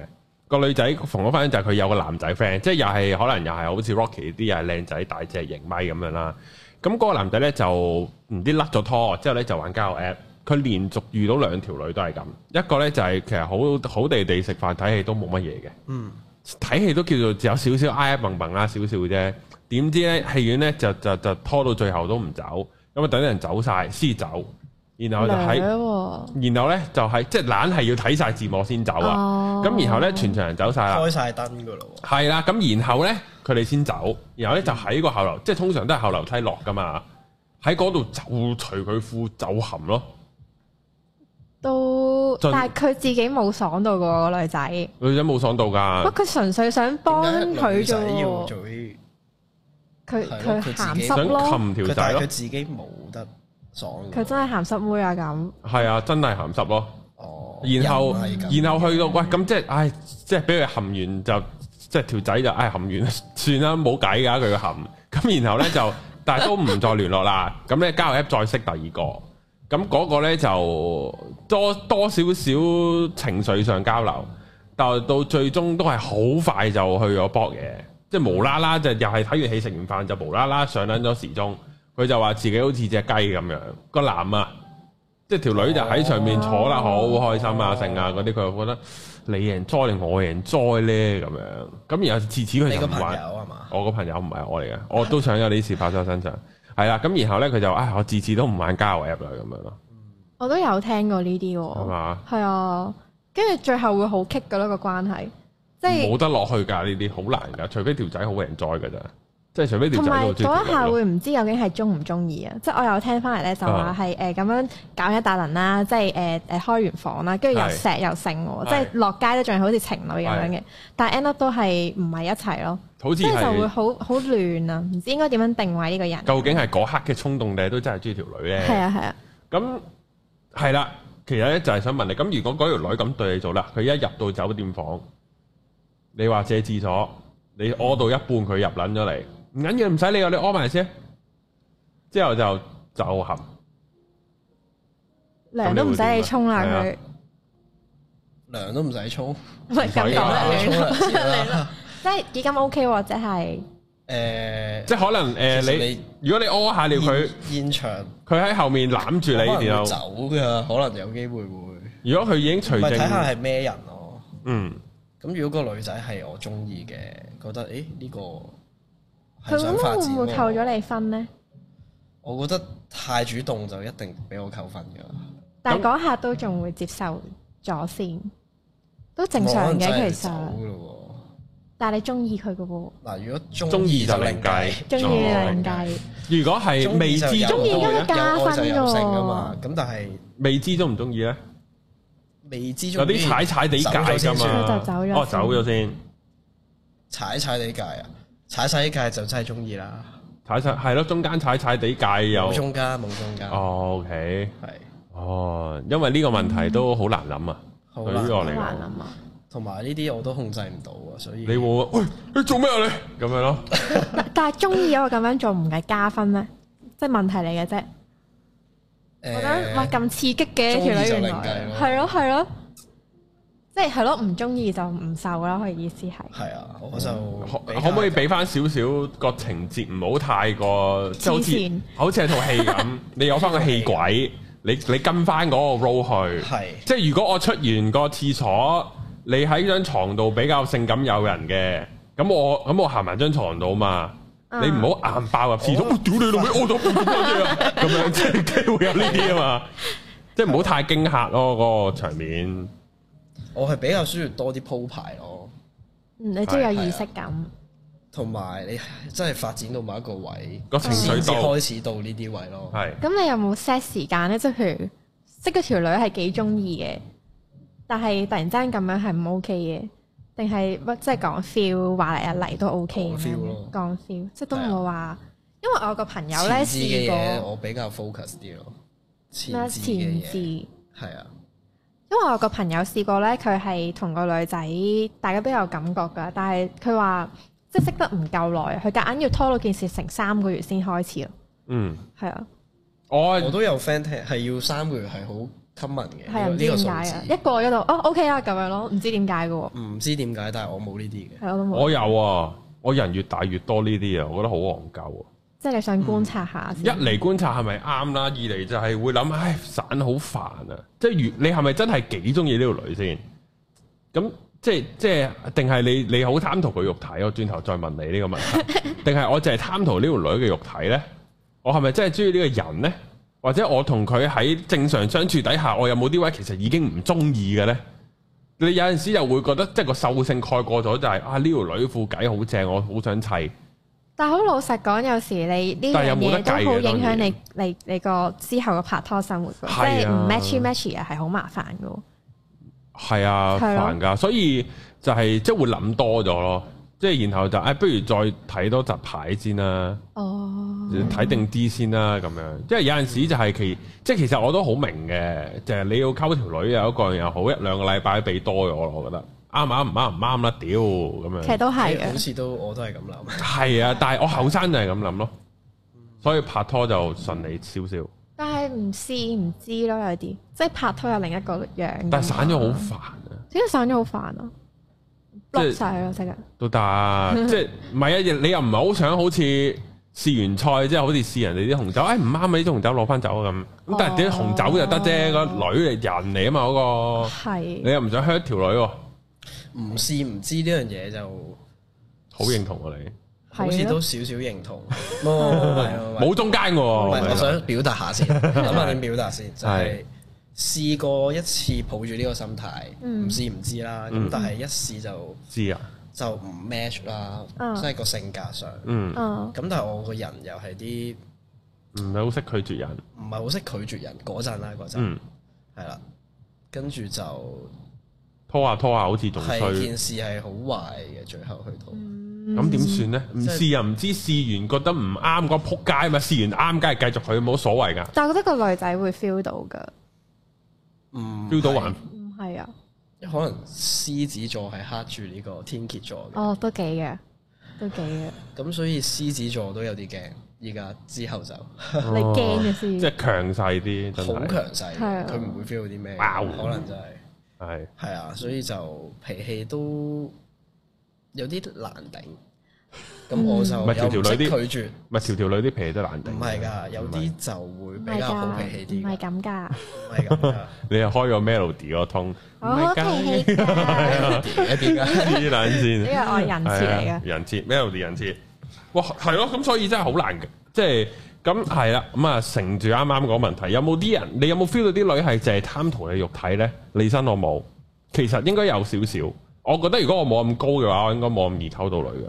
A: 個女仔同我分享就係佢有個男仔 friend，即係又係可能又係好似 Rocky 啲又係靚仔大隻型咪咁樣啦。咁嗰個男仔咧就唔知甩咗拖，之後咧就玩交友 app。佢連續遇到兩條女都係咁，一個咧就係、其實好好地地食飯睇戲都冇乜嘢嘅，
C: 嗯，
A: 睇戲都叫做有少少哎挨挨蹦蹦啦，少少嘅啫。點知咧戲院咧就就就拖到最後都唔走，咁啊等啲人走晒先走，然後就喺
B: 女喎
A: 然後咧就係、即係懶係要睇晒字幕先走啊
B: 哦，
A: 咁、然後咧全場人走晒啦
C: 開，晒燈噶咯
A: 係啦，咁然後咧佢哋先走，然後咧就喺個後樓，即係通常都係後樓梯落噶嘛，喺嗰度就除佢褲就含咯，
B: 都，
A: 盡
B: 但係佢自己冇爽到噶喎個女仔，
A: 女仔冇爽到
B: 不過
A: 㗎，
B: 佢純粹想幫
C: 喎。點解
B: 佢
C: 女
B: 啫
C: 仔要
B: 喎，
C: 做呢？
B: 佢
C: 係咯
B: 佢
C: 佢自
B: 鹹
C: 己
B: 濕
A: 想
B: 咯，
A: 擒條
C: 佢
A: 仔
C: 但係
A: 咯
C: 佢，自己冇得爽㗎喎。
B: 佢真係鹹濕妹啊咁，
A: 係啊，真係鹹濕咯。
C: 哦，
A: 然後
C: 又係咁
A: 然後去到喂咁即係，唉，即係俾佢含完就即係條仔就唉含完 算啦，冇計㗎佢個含。咁然後咧就， 但係都唔再聯絡啦。咁咧交友 app 再識第二個，咁嗰個咧就多多少少情緒上交流，但係到最終都係好快就去咗搏嘢，即係無啦啦就又係睇完戲食完飯就無啦啦上撚咗時鐘，佢就話自己好似只雞咁樣，個男啊。即係條女就喺上面坐啦，好開心啊，成啊嗰啲，佢又覺得你贏災定我贏災咧咁樣。咁然後自此佢
C: 你
A: 就
C: 個
A: 唔
C: 朋友
A: 玩。
C: 係嘛？
A: 我個朋友唔係我嚟嘅，我都想有呢事發生喺身上。係啦，咁然後咧佢就啊，我自此都唔玩交友 app 啦咁樣咯，
B: 我都有聽過呢啲
C: 哦
A: 係
B: 喎，
A: 嘛？
B: 係啊，跟住最後會好棘噶咯個關係，即係
A: 冇得落去㗎呢啲，好難㗎，除非條仔好 enjoy 㗎咋，即係除非條
B: 同
A: 仔
B: 埋
A: 好中意
B: 嗰一
A: 條
B: 下
A: 女咯
B: 會唔知究竟係中唔中意啊！即係我有聽翻嚟咧，就話
A: 啊
B: 係誒咁樣搞一大輪啦，即係誒誒開完房啦，跟住又
A: 係
B: 錫又剩喎，
A: 係
B: 即係落街都仲係好似情侶咁樣嘅，但係 end up 都係唔係一齊咯，
A: 好似
B: 即係就會
A: 係
B: 好好亂啊！唔知應該點樣定位呢個人？
A: 究竟係嗰刻嘅衝動定係都真係中意條女咧？
B: 係啊係啊，
A: 咁係啦，其實咧就係想問你，咁如果嗰條女咁對你做啦，佢一入到酒店房，你話借廁所，你屙到一半佢入撚咗你，唔緊要，唔使理我，你屙埋先，之後就就含，
B: 涼都唔使你沖啦
A: 咁你會
B: 佢
A: 點，
C: 涼都唔使沖，
B: 唔係咁講啦，
A: 唔使
B: 亂
C: 沖
B: 啦
C: 涼先啦。
B: 即係幾咁 OK 喎，即係
C: 誒，
A: 即係可能誒、呃
C: 其實
A: 你如果你屙下尿佢，
C: 現現場
A: 佢喺後面攬住
C: 可能
A: 你，然
C: 會
A: 後
C: 走㗎，可能有機會會。
A: 如果佢已經除
C: 咪睇下
A: 證，
C: 係咩人咯。
A: 嗯，
C: 咁如果個女仔係我中意嘅，覺得誒呢個係
B: 佢
C: 想發
B: 會
C: 展啊
B: 唔會
C: 喎
B: 扣咗你分呢？
C: 我覺得太主動就一定俾我扣分㗎。
B: 但係嗰下都仲會接受咗先，都正
C: 我可
B: 常
C: 能真係
B: 嘅其
C: 走
B: 實。
C: 㗎咯
B: 但係你中意佢嘅喎，
C: 喎。嗱，如果中
A: 中
C: 意
A: 意
C: 就
A: 就
C: 另
A: 另
C: 計
A: 計。
B: 中意你
A: 哦
B: 人計，
A: 如果係未知
C: 就
A: 中唔
B: 鍾意
A: 中
B: 啊應
C: 有
A: 意
B: 該
A: 咧，
B: 加
C: 有愛就有性㗎
B: 分
C: 嘛。咁但係
A: 未知中唔中意咧？
C: 未知
A: 有
C: 中
A: 啲踩踩地界㗎嘛，
B: 走咗先
A: 哦，走咗先，
C: 踩踩地界啊，踩踩地界就真係中意啦，
A: 踩踩係咯，中間踩踩地界又
C: 冇，中間冇中間，
A: 哦，OK，
C: 係
A: 哦，因為呢個問題都好難諗啊，
C: 好
A: 對於
B: 好
A: 我
C: 啦。
A: 嚟
B: 難
A: 講，
B: 諗啊！
C: 同埋呢啲我都控制唔到啊，所以
A: 你會嗯喂你做咩啊你咁樣咯，
B: 嗱但係中意嗰個咁樣做唔係加分咩？即係問題嚟嘅啫。
C: 誒
B: 我覺得哇咁刺激嘅條
C: 中意
B: 女
C: 就
B: 原
C: 另
B: 來
C: 計咯
B: 係咯係咯，即係係咯唔中意就唔受啦。佢意思係
C: 係啊，我就
A: 嗯可
C: 比較
A: 可唔可以俾翻少少個情節，唔好太過即係好
B: 黐線
A: 似好似係套戲 咁，你有翻個戲軌，你你跟翻嗰個 role 去，
C: 係
A: 即係如果我出完個廁所，你喺張床度比較性感誘人嘅，咁我咁我行埋張床度嘛。
B: 啊
A: 你唔好硬爆入廁所，
C: 哦
A: 我屌你老味，屙咗半多嘢啊！咁樣即係會有呢啲啊嘛，即係唔好太驚嚇咯，嗰個場面
C: 我係比較需要多啲鋪排咯，
B: 嗯你中意有儀式
C: 啊
B: 感，
C: 同埋你真係發展到某一個位，
A: 個情
C: 先
A: 緒
C: 至
A: 度
C: 開始到呢啲位咯。
A: 係
B: 咁你有冇 set 時間咧？即係譬如識嗰條女係幾中意嘅，但係突然之間咁樣係唔 OK 嘅，定係乜即係講 feel 話嚟啊嚟都 OK
C: 講
B: 咁樣
C: feel 咯
B: 講 feel 即係都
C: 係啊
B: 冇話，因為我個朋友咧
C: 前置嘅
B: 試
C: 嘢
B: 過
C: 我比較 focus 啲咯，前
B: 咩啊
C: 置
B: 前
C: 嘅
B: 置，
C: 嘢
B: 因
C: 係啊，
B: 為我個朋友試過咧，佢係同個女仔大家都有感覺㗎，但係佢話即係識得唔夠耐，佢夾硬要拖到件事成三個月先開始咯，
A: 嗯，
B: 係啊，
A: 我
C: 我都有 friend 聽係要三個月係好 common 嘅，
B: 係啊，唔
C: 呢
B: 知
C: 個
B: 點
C: 數
B: 解啊，
C: 字
B: 一過咗就哦 OK 啦咁樣咯，唔知點解嘅喎。
C: 唔知點解，但係我冇呢啲嘅。
B: 係我都冇，
A: 我有啊，我人越大越多呢啲啊，我覺得好戇鳩啊。
B: 即係你想觀察下
A: 嗯一
B: 先。
A: 嚟觀察係咪啱啦，二嚟就係會諗，唉，散好煩啊！即係如你係咪真係幾中意呢條女先？咁即係即係，定係你你好貪圖佢肉體？我轉頭再問你呢個問 題，定係我淨係貪圖呢條女嘅肉體呢？我係咪真係中意呢個人呢？或者我同佢喺正常相處底下，我有冇啲位其實已經唔中意嘅呢？你有陣時又會覺得即係個獸性蓋過咗，就係、啊呢條女褲計好正，我好想砌。
B: 但係好老實講，有時你呢
A: 但係
B: 樣
A: 有冇得
B: 嘢都好
A: 計嘅
B: 影
A: 當
B: 響
A: 然
B: 你你你個之後嘅拍拖生活㗎，
A: 係啊
B: 即係唔 match match 啊，係好麻煩嘅喎。
A: 係啊，
B: 係咯
A: 煩噶，所以就係即係會諗多咗咯，即係然後就誒、哎不如再睇多集牌先啦，
B: 哦，
A: 睇定啲先啦咁樣。因為有陣時就係其即係其實我都好明嘅，就係、你要溝條女有一個人又好，一兩個禮拜俾多咗，我覺得啱唔啱唔啱唔啱啦，屌咁
B: 其實
A: 樣。
B: 都係啊
C: 好
B: 嘅。
C: 似都我都係咁諗。
A: 係啊，但係我後生就係咁諗咯，所以拍拖就順利少少，
B: 但係唔試唔知咯，有啲即係拍拖有另一個樣。
A: 但係散咗好煩啊。
B: 點解散咗好煩啊
A: 即係
B: ？block 曬咯，即刻。
A: 都得，即係唔係啊？你又唔係好想好似試完菜即係好似試人哋啲紅酒，哎唔啱啊！呢種紅酒攞翻走啊咁。
C: 哦
A: 咁但係啲紅酒就得啫，個女嚟人嚟啊嘛嗰個，你
B: 係
A: 又唔想 hurt 條女喎，
C: 唔試唔知呢樣嘢就
A: 好認同啊喎你，
C: 好似
B: 係
C: 都
B: 咯，
C: 少少 認同。冇冇
A: 冇啊中間嘅
C: 啊唔
A: 喎。
C: 係，我想表達下先，諗下點表達先，就係試過一次抱住呢個心態，
B: 嗯
C: 唔試唔知啦。咁
A: 嗯
C: 但係一試就
A: 知啊，
C: 就唔 match 啦，
B: 嗯
C: 即係個性格上。
A: 嗯，
B: 嗯
C: 咁但係我個人又係啲
A: 唔係好識拒絕人，
C: 唔係好識拒絕人嗰陣啦，嗰陣
A: 嗯，
C: 係啦，跟住就
A: 拖下拖下好似仲衰，
C: 係件事係好壞嘅，最後去到
B: 嗯
A: 咁點算呢？唔
C: 即係
A: 試又唔知，試完覺得唔啱，個撲街嘛，試完啱梗係繼續去，冇所謂㗎。
B: 但我覺得個女仔會 feel 到噶，
C: 嗯
A: feel 到還
B: 唔係啊，
C: 可能獅子座係黑住呢個天蝎座嘅，
B: 哦，都幾嘅，都幾嘅，
C: 咁所以獅子座都有啲驚。依家之後就
A: 你
B: 你驚嘅先
A: 哦即係強勢啲，真
C: 好
A: 係
C: 強勢，
B: 係啊
C: 佢唔會 feel 到啲咩，
A: 哇哦
C: 可能真係
A: 係
C: 係啊，所以就脾氣都有啲難頂。 咁我就
A: 唔係條條
C: 又唔
A: 女啲
C: 識拒
A: 咪條條女啲脾氣都難
C: 絕，
A: 頂？
C: 唔係㗎，有
A: 唔係
C: 啲就會
B: 唔
C: 比
B: 係
C: 較好
B: 㗎，
C: 脾氣
B: 唔
C: 啲㗎，
B: 係咁㗎，
C: 唔係咁㗎，
A: 你又開個 melody 個通，
B: 我好脾氣㗎，
C: 一啲㗎，
A: 黐撚
B: 呢
A: 線，
B: 個我人設嚟
A: 係啊
B: 嘅，
A: 人設 melody 人設，哇係咯，咁所以真係好難嘅，即係咁係啦，咁啊乘住啱啱個問題，有冇啲人你有冇 feel 到啲女係淨係貪圖你肉體呢？你身我冇，其實應該有少少，我覺得如果我冇咁高嘅話，我應該冇咁易溝到女嘅。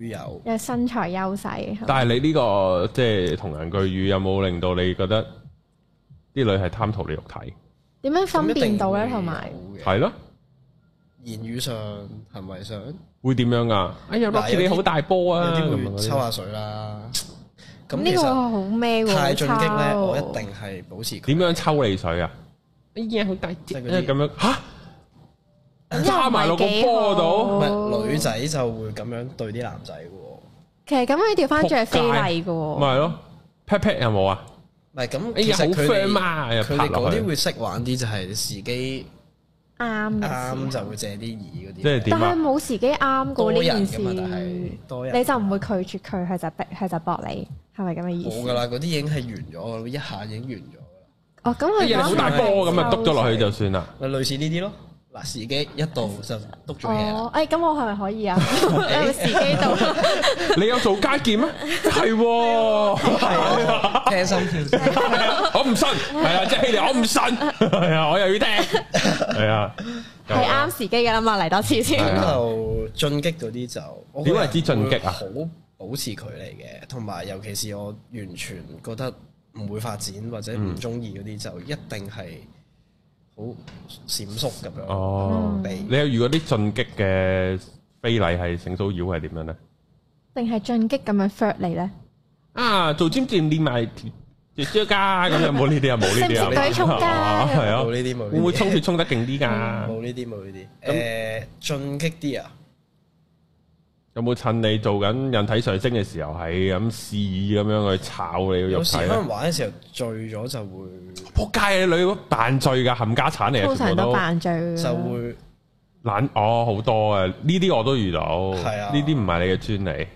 C: 會有。
B: 有身材優勢，係咪
A: 但係你呢、個即係同人巨語，有冇令到你覺得啲女係貪圖你肉體？
B: 點樣分
C: 咁一定
B: 辨到咧？
C: 會
B: 同埋
C: 有嘅
A: 係咯，
C: 言語上、行為上，有
A: 會點樣啊？哎呀
C: 嗱
A: ，Rocky
C: 有啲
A: 你好大波啊！
C: 啲
A: 咁
C: 會抽
A: 樣
C: 下水啦。咁
B: 呢
C: 其
B: 個
C: 實
B: 好咩喎？
C: 太進擊咧，
B: 抄
C: 我一定係保持距離
A: 點樣抽你水啊？哎呀，好大
C: 即係嗰
A: 咁
C: 啲
A: 樣吓，揸埋落個波
C: 唔
A: 度，
C: 係女仔就會咁樣對啲男仔嘅喎，唔
B: 其實咁樣調翻轉係非禮嘅
A: 咪
B: 喎，
A: 係咯？pat pat 有冇啊？
C: 係咁。
A: 哎
C: 哦其
A: 呀，好
C: 實佢
A: firm
C: 哋
A: 啊！又
C: 佢
A: 拍
C: 哋
A: 落
C: 嗰
A: 去
C: 啲，會識玩啲，就係時機
B: 啱嘅
C: 啱
B: 事
C: 就會借啲耳嗰啲。
A: 即係點
B: 但
A: 啊
B: 係？冇時機啱過
C: 多
B: 呢
C: 人
B: 件事，
C: 㗎嘛，但係多人
B: 你就唔會拒絕佢，佢就逼佢就搏你，係咪咁嘅意
C: 冇㗎
B: 思？
C: 啦，嗰啲已經係完咗㗎啦，一下已經完咗㗎啦。
B: 哦，咁
A: 哎
B: 佢
A: 呀，你好大波咁啊，篤
B: 哦
A: 咗落去就算啦。
C: 咪類似呢啲咯。嗱，時機一到就篤咗嘢啦
B: 哦，。誒，咁我係咪可 以啊？ 有冇時機到？
A: 你 有啊做家劍咩？啊係喎。
C: 係啊，聽心跳先。
A: 我唔信，系啊，即系我唔信，系啊，我又要听，系啊，
B: 係啱時機㗎啦嘛，嚟多次
A: 係
B: 先。
A: 啊
C: 咁就進擊嗰啲就我
A: 點為之進擊啊
C: 好保持距離嘅，同埋尤其是我完全覺得唔會發展或者唔中意嗰啲，就一定係好閃縮咁樣。
A: 哦，
B: 嗯
C: 避
A: 你有遇過啲進擊嘅非禮係性騷擾係點樣咧？
B: 定係進擊咁樣 flirt 你咧？
A: 啊，做尖店練埋姐姐 噶，咁有冇呢啲啊？冇呢啲
B: 識
A: 啊
B: 唔識？對沖㗎
A: 係啊，
C: 冇呢啲冇呢啲嗯
A: 會唔會衝血啊衝得勁啲噶？
C: 冇呢啲冇呢啲，誒進擊啲啊，
A: 有冇趁你做緊引體上升嘅時候係咁試咁樣去炒你個肉
C: 有時
A: 體
C: 可
A: 咧
C: 能？玩嘅時候醉咗就會
A: 仆街你女扮醉㗎，冚家產嚟
B: 通
A: 啊！全
B: 常
A: 部
B: 都
A: 都。
B: 扮醉㗎，
C: 就會
A: 懶哦，好多啊！呢啲我都遇到，
C: 係啊
A: 呢啲唔係你嘅專利，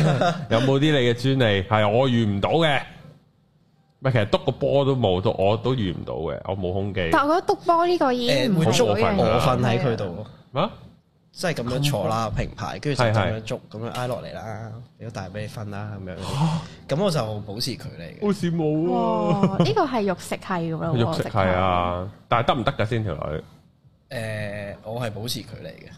A: 有冇啲你嘅專利係我遇唔到嘅？唔係，其實篤個波都冇，都我都遇唔到嘅，我冇胸肌
B: 但我覺得篤波呢個已經唔
C: 誒會
B: 係
C: 捉
A: 過
B: 嗰
A: 分㗎
B: 樣
C: 我
B: 嘢
C: 瞓喺佢度。咯。
A: 啊！
C: 即係咁樣坐啦，平排，跟住就
A: 係係
C: 咁樣捉，咁樣挨落嚟啦，俾個大俾你瞓啦，咁樣。
A: 哦
C: 咁我就保持距離嘅，
A: 好似冇啊，
B: 哇！呢個係肉食係㗎咯 喎，
A: 肉食係啊，但係得唔得㗎先條女？
C: 誒，我係保持距離嘅，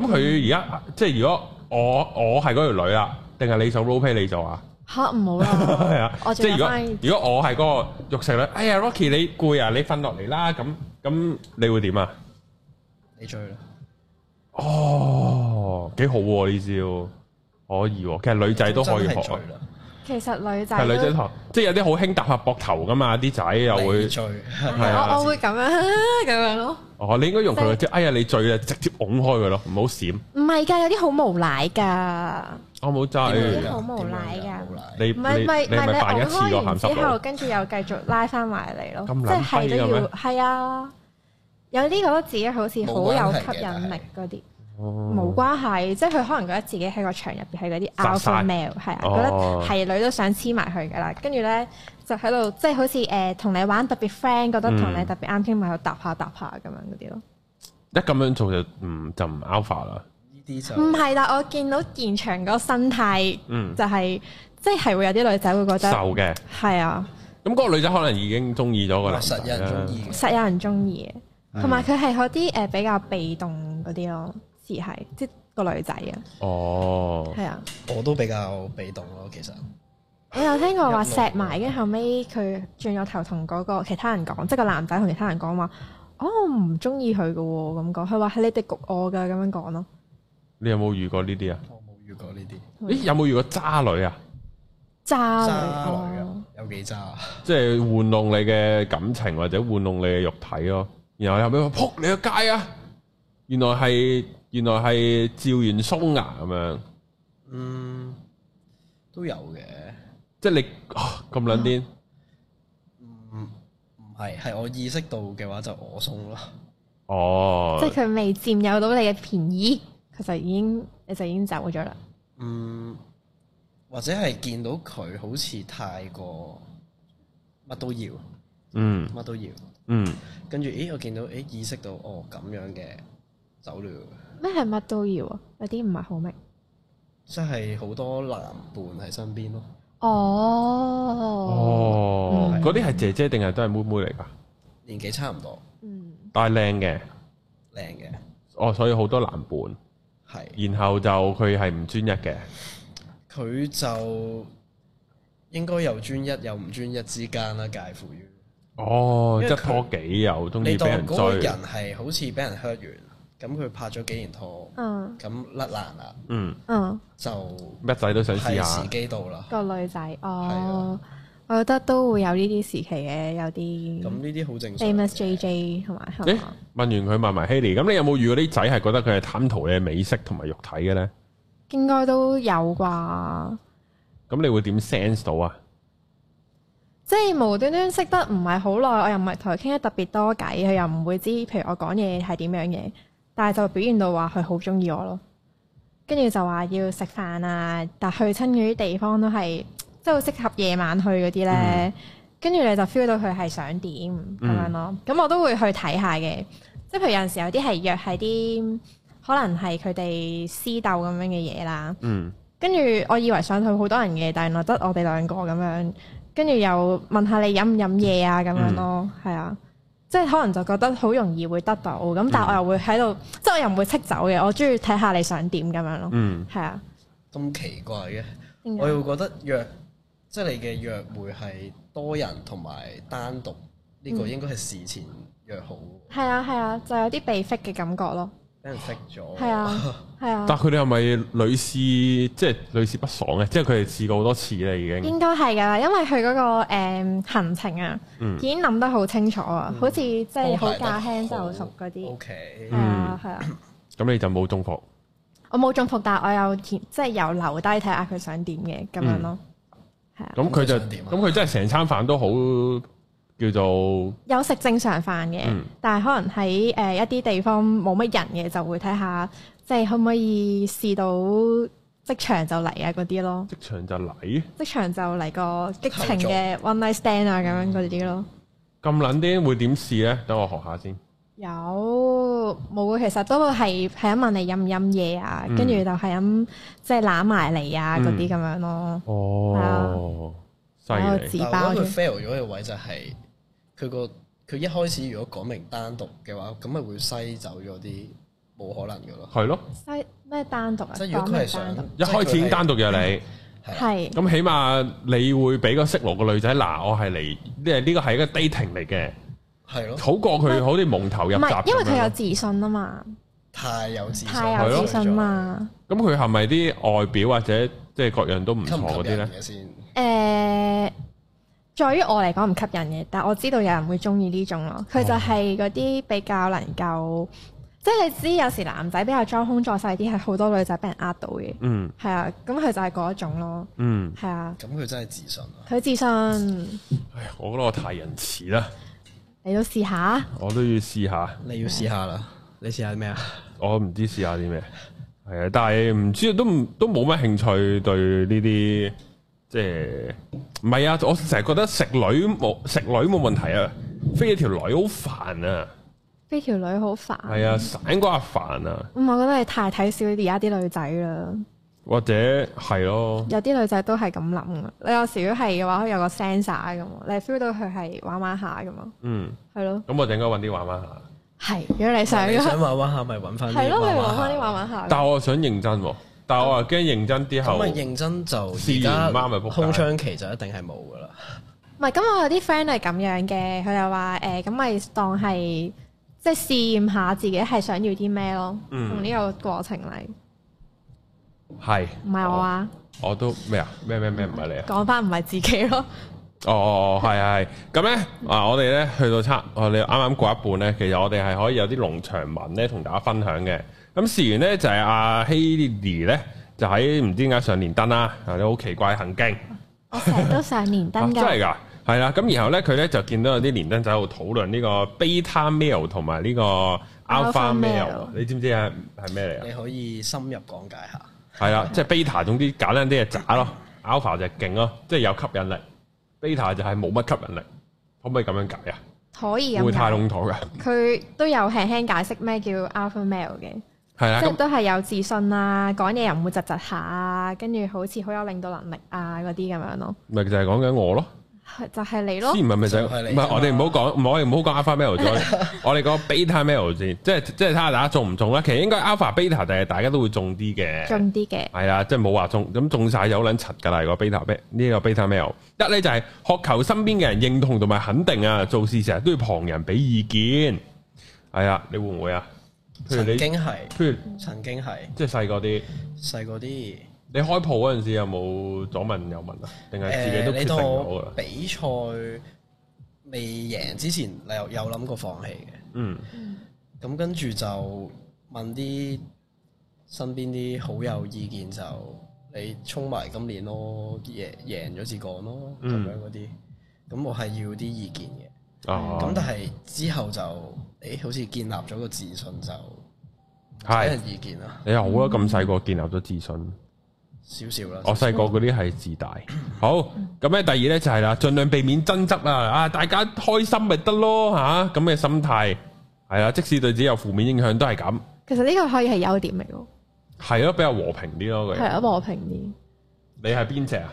A: 咁佢而家即係如果我我係嗰條女啦，定係你做 role play 你做啊？
B: 食係，嚇唔好啦，
A: 係啊，
B: 我
A: 即係
B: 仲
A: 如果如
B: 有翻
A: 果我係嗰個肉食女，哎呀 Rocky 你攰啊，你瞓落嚟啦，咁咁你會點啊？
C: 你追啦，
A: 哦，幾好喎呢招，可以喎。其實女仔都可以
C: 真
A: 學
C: 係追
A: 啊，
C: 啦，
B: 其實女仔
A: 係
B: 都
A: 女仔學，即係有啲好興搭下膊頭噶嘛，啲仔又
C: 你
A: 會，
C: 追，
A: 係啊
B: 我我會咁樣 咁樣咯。
A: 哦，你應該用佢即係，哎呀你醉啦，直接拱開佢咯，唔好閃，
B: 唔係㗎，有啲好無賴㗎，
A: 我冇哎制，
B: 點
A: 啊你
B: 會好無賴㗎
C: 啊無賴，
A: 你
B: 唔係唔
A: 你
B: 係
A: 係
B: 唔
A: 咪扮
B: 係
A: 一
B: 你
A: 次個
B: 開
A: 鹹
B: 完之
A: 濕
B: 後，
A: 佬？
B: 跟住又繼續拉翻埋嚟咯，
A: 咁
B: 即
A: 撚
B: 係
A: 跛
B: 係
A: 嘅
B: 都
A: 咩
B: 要係啊。有啲覺得自己好似好有吸引力嗰啲，冇
A: 哦
C: 哦
B: 關係，即係佢可能覺得自己喺個場入邊係嗰啲
A: 殺
B: alpha
A: 晒
B: male，係啊，覺
A: 哦
B: 得係女都想黐埋佢噶啦。跟住咧就喺度，即係好似誒同你玩特別 friend，覺得同你
A: 嗯
B: 特別啱傾，咪喺度搭下搭下咁樣嗰啲咯。
A: 一咁樣做就唔就唔 alpha 啦。
C: 呢啲就
B: 唔係啦，我見到現場嗰個生態
A: 嗯，
B: 就係、即係會有啲女仔會覺
A: 瘦
B: 得
A: 嘅。
B: 係啊，
A: 咁嗰個女仔可能已經中意咗個男仔
C: 實
A: 啦
C: 有人中。意嘅。
B: 實有人中意嘅，同埋佢係嗰啲誒比較被動嗰啲咯，似係即係個女仔啊，
A: 哦，
B: 係啊。
C: 我都比較被動咯，其實
B: 我有聽過話
C: 入
B: 錫埋，跟住後尾佢轉咗頭同嗰個其他人講，即係個男仔同其他人講話，哦我唔中意佢嘅喎，咁講，佢話係你哋焗我㗎，咁樣講咯。
A: 你有冇遇過呢啲啊？
C: 我冇遇過呢啲
B: 嗯
A: 咦，有冇遇過渣女啊？
B: 渣
C: 渣
B: 女
C: 女
B: 哦
C: 嘅，有幾渣啊？
A: 即係玩弄你嘅感情或者玩弄你嘅肉體咯。然後你後尾話撲你個街啊！原來係原來係趙元松啊咁樣，
C: 嗯，都有嘅，
A: 即係你啊咁撚癲。
C: 唔嗯唔係係我意識到嘅話就我送咯，
A: 哦，
B: 即係佢未佔有到你嘅便宜，佢就已經你就已經走咗啦。
C: 嗯，或者係見到佢好似太過乜都要，
A: 嗯
C: 乜都要，
A: 嗯，
C: 跟住咦我見到咦意識到哦咁樣嘅走了，
B: 咩係乜都要啊？有啲唔係好明。
C: 即係好多男伴喺身邊咯，
B: 哦，
A: 哦
B: 嗯，
A: 嗰啲係姐姐定係都係妹妹嚟㗎？
C: 年紀差唔多，
B: 嗯，
A: 但係靚嘅，
C: 靚嘅
A: 哦，所以好多男伴。
C: 係。
A: 然後就佢係唔專一嘅。
C: 佢就應該有專一有唔專一之間啦，介乎於
A: 哦，
C: 因為
A: 即係
C: 佢
A: 拖幾又中
C: 你
A: 嗯意俾
C: 當
A: 人
C: 嗰個
A: 追。啊
C: 人係好似俾人 hurt 完，咁佢拍咗幾年拖，
B: 嗯
C: 咁甩爛啦，
A: 嗯，
B: 嗯，
C: 就
A: 乜仔都想試
C: 係
A: 下
C: 時。機到啦。
B: 個女仔
C: 啊
B: 哦，我覺得都會有呢啲時期嘅，有
A: 嗯
B: 啲
C: 咁呢啲好正常嘅。
B: famous JJ 同埋香
A: 誒
B: 港。，
A: 問完佢問埋 Haley，咁你有冇遇過啲仔係覺得佢係貪圖你嘅美色同埋肉體嘅咧？
B: 應該都有啩，
A: 咁你會點 sense 到啊？
B: 即係無端端識得唔係好耐，我又唔係同佢傾得特別多偈，佢又唔會知，譬如我講嘢係點樣嘅，但係就表現到話佢好中意我咯，跟住就話要食飯啊，但去親嗰啲地方都係即係好適合夜晚去嗰啲咧，跟住、你就 feel 到佢係想點咁樣咯，咁、我都會去睇下嘅，即係譬如有陣時有啲係約係啲可能係佢哋私鬥咁樣嘅嘢啦。
A: 嗯，
B: 跟住我以為上去好多人嘅，但原來得我哋兩個咁樣。跟住又問下你飲唔飲嘢啊咁樣咯，係啊，即係可能就覺得好容易會得到，咁但係我又會喺度，即係我又唔會斥走嘅，我中意睇下你想點咁樣咯，
A: 嗯，
B: 係啊，
C: 咁奇怪嘅，
B: 點
C: 我
B: 解
C: 又覺得約即係你嘅約會係多人同埋單獨呢
B: 嗯
C: 個應該係事前約好，
B: 係啊係啊，就有啲被逼嘅感覺咯，
C: 俾人 f 咗。
B: 係啊 係
A: 但
B: 啊，
A: 係佢哋係咪屢試即係屢試不爽嘅？即係佢哋試過好多次啦，已經。
B: 應該係㗎啦，因為佢嗰個誒行程啊，
A: 嗯
B: 已經諗得好清楚啊，好似即係好駕輕就熟嗰
C: O
B: 啲，
C: K，
B: 係
A: 嗯
B: 啊係啊。
A: 咁你就冇中伏。
B: 我冇中伏，但係我有填即係有留低睇下佢想點嘅咁
A: 嗯
B: 樣咯。係啊，
A: 咁佢就
C: 咁
A: 咁
C: 佢想點啊
A: 佢真係成餐飯都好叫做
B: 有食正常飯嘅，
A: 嗯
B: 但係可能喺誒、一啲地方冇乜人嘅，就會睇下即係可唔可以試到即場就嚟啊嗰啲咯，
A: 即場就嚟
B: 即場就嚟個激情
C: 後座
B: 嘅 one night stand 啊咁樣嗰啲咯。
A: 咁撚啲，會點試咧？等我學下先。
B: 有冇？啊其實都係係咁問你飲唔飲嘢啊，
A: 嗯
B: 跟住、就係咁即係攬埋嚟啊嗰啲咁樣咯。
A: 哦，犀
B: 係啊
A: 利。
B: 自
C: 但
B: 爆
C: 我覺得
B: 嘅
C: 佢 fail 咗嘅位就係佢個佢一開始如果講明單獨嘅話，咁咪會篩走咗啲冇可能嘅咯。
A: 係咯，
B: 西咩單獨啊？
C: 即係如果
B: 講
C: 佢係
B: 明
C: 想呃
B: 單獨
A: 一開始已經單獨約你。
B: 嗯
C: 係啊
B: 係。
A: 咁起碼你會俾個色羅個女仔嗱，我係嚟，即係呢個係一個 dating 嚟嘅，
C: 係咯，
A: 好過佢好似蒙頭入閘
B: 唔係，因為
A: 咁
B: 佢有
A: 樣。
B: 自信啊嘛，
C: 太有自信，
B: 太有自信
C: 係
B: 嘛。
A: 咁佢係咪啲外表或者即係各樣都唔
C: 咯，吸
A: 錯
C: 唔
A: 嗰
C: 吸
A: 啲
C: 引
A: 呢？
C: 嘅
B: 誒、
C: 先？
B: 在於我嚟講唔吸引嘅，但我知道有人會中意呢種咯。佢
A: 哦
B: 就係嗰啲比較能夠，即係你知有時男仔比較裝腔作勢啲，係好多女仔俾人呃到嘅。
A: 嗯
B: 係啊，咁佢就係嗰一種咯。
A: 嗯，
B: 係啊，
C: 咁佢真係自信啊！
B: 佢自信，
A: 唉，我覺得我太仁慈啦，
B: 你都試下。
A: 我都要試下。
C: 你要試下啦，你試下咩啊？
A: 我唔知試下啲咩，係啊，但係唔知都唔都冇乜興趣對呢啲，即係唔係啊？我成日覺得食女冇食女冇問題啊，飛咗條女好煩啊，
B: 飛條女好煩。
A: 係啊，散瓜煩啊，
B: 唔，我覺得你太睇少而家啲女仔啦。
A: 或者係咯，
B: 有啲女仔都係咁諗嘅。你有時如果係嘅話，佢有個 sensor 咁，你 feel 到佢係玩玩下咁嘛，
A: 嗯，
B: 係咯，
A: 咁我陣間揾啲玩玩下，
B: 係。如果你想
C: 你
B: 嘅話，
C: 想玩玩下咪揾翻啲
B: 係咯，你
C: 玩
B: 玩翻啲玩
C: 下。
B: 玩下。
A: 但我想認真喎，但我又驚認真啲
C: 咁
A: 後
C: 咪，認真就
A: 試完唔
C: 而
A: 啱咪
C: 家
A: 仆街
C: 空窗期就一定係冇噶啦。
B: 唔係，咁我有啲 friend 係咁樣嘅，佢又話誒，咁、咪當係即係試驗下自己係想要啲咩咯，
A: 嗯
B: 用呢、個過程嚟，
A: 係
B: 唔係我，啊，
A: 我我都咩啊咩咩咩唔係你啊。
B: 講翻唔係自己咯，
A: 哦，係係，咁咧啊，我哋咧去到差，我哋啱啱過一半咧，其實我哋係可以有啲農場文咧同大家分享嘅。咁事完咧就係阿希 Lily 咧，就喺唔知點解上連登啦，啊，你好奇怪行徑，
B: 我成日都上連
A: 啊
B: 登
A: 真係
B: 㗎，
A: 㗎，係啦。咁然後咧佢咧就見到有啲連登仔喺度討論呢個 beta male 同埋呢個 alpha
B: Alpha
A: male，
B: male
A: 你知唔知係係咩嚟
C: 你
A: 啊？
C: 可以深入講解下。
A: 係啦，即係 beta 總之簡單啲係渣咯，alpha 就係勁咯，即係有吸引力，beta 就係冇乜吸引力，可唔可以咁樣解啊？
B: 可以
A: 會
B: 咁
A: 太
B: 解
A: 籠統㗎。
B: 佢都有輕輕解釋咩叫 alpha male 嘅，
A: 係啊，
B: 即係
A: 咁
B: 都係有自信啊，講嘢又唔會窒窒下啊，跟住好似好有領導能力啊嗰啲咁樣咯，
A: 咪就係講緊我咯，
B: 係就係你咯
A: 之，前咪咪就係
C: 就係
A: 唔
C: 你啫嘛
A: 係我哋唔好講，唔係我哋唔好講 alpha male 咗，我哋講 beta male 先，即係即係睇下大家中唔中啦。其實應該 alpha beta 定係大家都會中啲嘅，
B: 中啲嘅，
A: 係啦，即係冇話中，咁中晒有撚柒㗎啦。個 beta male 呢個 beta male 一咧就係渴求身邊嘅人認同同埋肯定啊，做事成日都要旁人俾意見，係啊，你會唔會啊？譬如
C: 曾
A: 你，
C: 經係，
A: 譬如
C: 曾經係
A: 即係細個啲，
C: 細個啲。
A: 你開鋪嗰陣時有冇左問右問啊？定係自己都
C: 誒
A: 決
C: 你
A: 定
C: 當
A: 咗㗎啦
C: 我？比賽未贏之前，你有有諗過放棄嘅。
A: 嗯。
C: 咁跟住就問啲身邊啲好友意見就，你衝埋今年咯，贏贏咗至講咯，咁
A: 嗯
C: 樣嗰啲。咁我係要啲意見嘅。
A: 哦，
C: 咁但係之後就，誒好似建立咗個自信就俾
A: 係
C: 人意見啦，
A: 你又好啦，咁細個建立咗自
C: 嗯
A: 信。
C: 少少啦。
A: 我細個嗰啲係自大。好，咁咧第二咧就係啦，盡量避免爭執啦。啊，大家開心咪得咯吓，咁嘅心態係啦。即使對自己有負面影響都係咁，
B: 其實呢個可以係優點嚟喎，
A: 係咯，比較和平啲咯。個
B: 係
A: 人
B: 啊和平啲。
A: 你係邊只啊？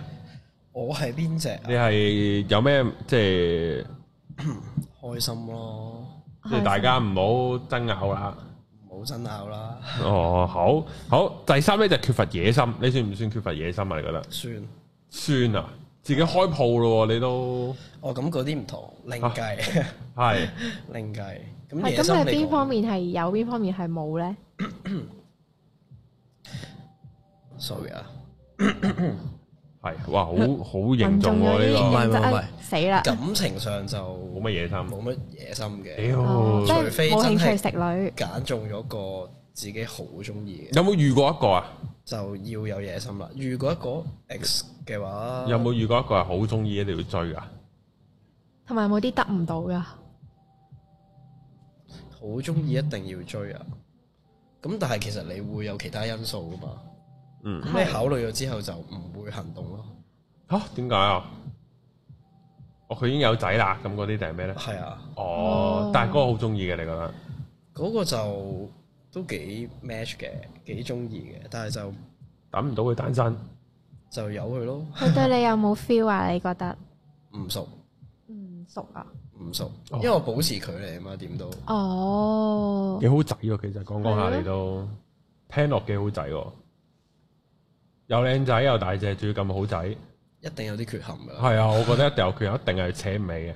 C: 我係邊啊只？
A: 你係有咩即係
C: 開心咯，
A: 即係大家唔好爭拗啦。
C: 唔好爭拗啦，
A: 哦，好好。第三咧就係缺乏野心，你算唔算缺乏野心啊？你覺得
C: 算。
A: 算啊？自己開鋪咯喎，你都
C: 哦，咁嗰啲唔同，另
A: 啊
C: 計，
A: 係。
C: 另計。咁
B: 係
C: 野
B: 咁，
C: 心啊
B: 係
C: 你
B: 邊方
C: 講
B: 面係有，邊方面係冇咧？
C: ，sorry 啊，
A: 係，哇，好好
B: 嗯民
A: 凝重
B: 眾有
A: 喎
B: 啲
A: 呢
C: 唔
B: 認
C: 係唔係
B: 真
C: 唔係
B: 哎死啦！
C: 感情上就
A: 個，冇
C: 冇
A: 乜嘢心。
C: 乜野心嘅，
B: 哦即
A: 屌，
B: 係
C: 除非
B: 冇興趣
C: 真係
B: 食女，
C: 揀中咗個自己好中意嘅，
A: 有冇遇過一個啊？
C: 就要有野心啦。如果一個 X 嘅話，
A: 有冇遇過一個係好中意一定要追噶？
B: 同埋冇啲得唔到噶。
C: 好中意一定要追啊？咁但係其實你會有其他因素噶嘛？
A: 嗯，
C: 咁你考慮咗之後就唔會行動咯。
A: 吓點解啊？哦，佢已經有仔啦，咁嗰啲定係咩咧？
C: 係啊，
A: 哦
B: 哦，
A: 但係嗰個好中意嘅，你覺得？
C: 嗰個就都幾 match 嘅，幾中意嘅，但係就
A: 等唔到佢單身，
C: 就由佢咯，
B: 佢對你有冇 feel 啊？你覺得
C: 唔熟。
B: 唔熟啊？
C: 唔熟，
A: 哦
C: 因為我保持距離啊嘛，點都
B: 哦
A: 幾，好仔喎，其實講講
B: 係
A: 下
B: 咩
A: 你都聽落幾好仔喎，又靚仔又大隻，仲要咁好仔，
C: 一定有啲缺陷噶啦。
A: 係啊，我覺得一定有佢一定係扯唔尾嘅，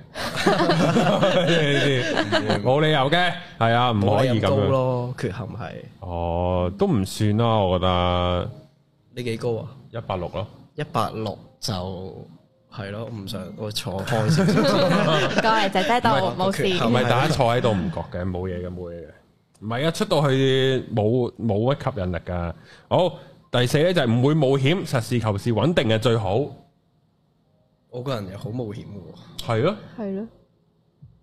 A: 呢啲冇理由嘅，係啊，唔可以咁
C: 高
A: 樣。
C: 咯，缺陷係
A: 哦，都唔算啦，我覺得
C: 你幾高啊？
A: 一百六咯，
C: 一百六就係咯，唔想我坐開 少少。
B: 過嚟姐姐度
C: 唔係
B: 冇事。
A: 唔
C: 係
A: 係
C: 咪
A: 大家坐喺度唔覺嘅，冇嘢嘅，冇嘢嘅。唔係啊，出到去冇冇乜吸引力噶。好，第四咧就係唔會冒險，實事求是，穩定嘅最好。
C: 我個人又好冒險嘅喎，
A: 係咯，
B: 係咯，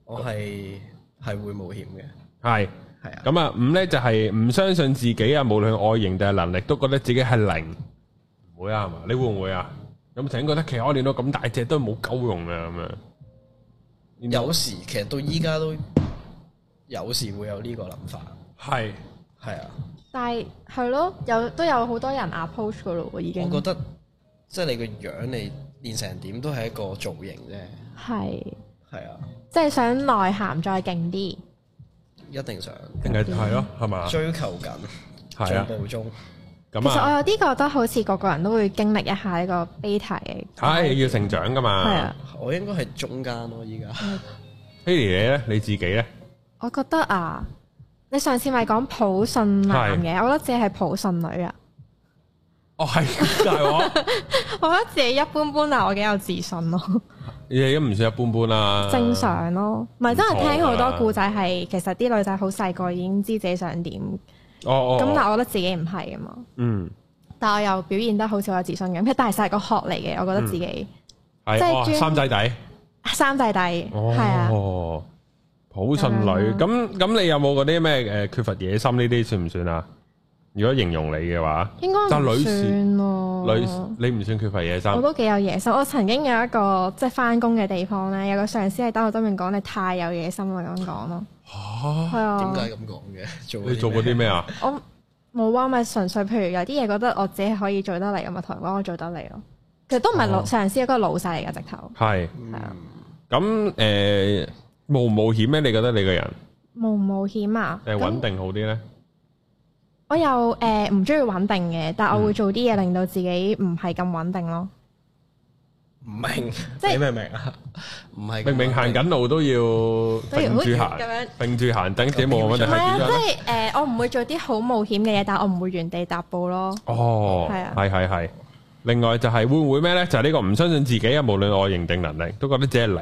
C: 我係係會冒險嘅，
A: 係
C: 係啊，
A: 咁啊，五咧就係唔相信自己啊，無論外形定係能力，都覺得自己係零。唔會啊，係嘛？你會唔會啊？有冇曾經覺得其實我練到咁大隻都冇鳩用啊咁樣？
C: 有時其實到依家都有時會有呢個諗法，
A: 係
C: 係啊，
B: 但係係咯，有都有好多人 approach 噶咯喎，已經
C: 我覺得即係你個樣你練成點都係一個造型啫，
B: 係
C: 係啊，
B: 即係想內涵再勁啲，
C: 一定想
A: 定係
B: 嗯
A: 係咯，係嘛？
C: 追求緊
A: 啊係啊，
C: 進步中，
A: 咁
B: 其實我
A: 啊，
B: 有啲覺得好似個個人都會經歷一下呢個 beta 嘅，
A: 係要成長噶嘛。
B: 係啊，
C: 我應該係中間咯，依家
A: Haley 你咧，你自己咧，
B: 我覺得啊，你上次咪講普信男嘅，我覺得自己係普信女啊，
A: 哦係， 大鑊。
B: 我覺得自己一般般啊，我幾有自信咯，
A: 你而家唔算一般般啦，
B: 正。常咯，唔係真係聽好
A: 唔錯啊
B: 多故仔係其實啲女仔好細個已經知自己想點，咁
A: 哦哦，
B: 但
A: 哦
B: 係我覺得自己唔係啊嘛。
A: 嗯，
B: 但我又表現得好似我有自信咁，但係實係個學嚟嘅，我覺
A: 嗯
B: 得自己、
A: 係
B: 即係
A: 哦
B: 專
A: 三仔底，
B: 三弟弟係、啊，
A: 哦，普信女。
B: 咁樣
A: 咁咁，你有冇嗰啲咩诶缺乏野心呢啲算唔算啊？如果形容你嘅話，
B: 應該
A: 但
B: 唔
A: 女士啊
B: 算咯。
A: 女你唔算缺乏野心，
B: 我都幾有野心。我曾經有一個即係翻工嘅地方咧，有個上司係當我當面講你太有野心啦咁講咯。
A: 吓
B: 係
C: 點
B: 啊，
C: 解咁講嘅？做
A: 你做過啲咩啊？
B: 我冇啊，咪純粹譬如有啲嘢覺得我自己可以做得嚟咁啊，同人講我做得嚟咯。其實都唔係老
A: 哦
B: 上司，係一個老細嚟嘅直頭，
A: 係
B: 係啊
C: 嗯
A: 咁诶，冒唔冒險咧？你覺得你個人
B: 冒唔冒險啊？
A: 诶
B: 咁
A: 穩定好啲咧？
B: 我又誒唔中意穩定嘅，但
A: 嗯
B: 我會做啲嘢令到自己唔係咁穩定咯。
C: 唔明，
B: 即係
C: 你明唔明啊？唔係
A: 明明行緊路都要
B: 要
A: 並
B: 好
A: 住
B: 似
A: 行
B: 咁樣，
A: 並住行，等自己冇問題
B: 唔係啊，
A: 係點樣咧？
B: 即係誒、呃我唔會做啲好冒險嘅嘢，但我唔會原地踏步咯。
A: 哦，
B: 係啊
A: 係係係。另外就係會唔會咩咧？就係呢個唔相信自己啊，無論外形定能力，都覺得自己係零。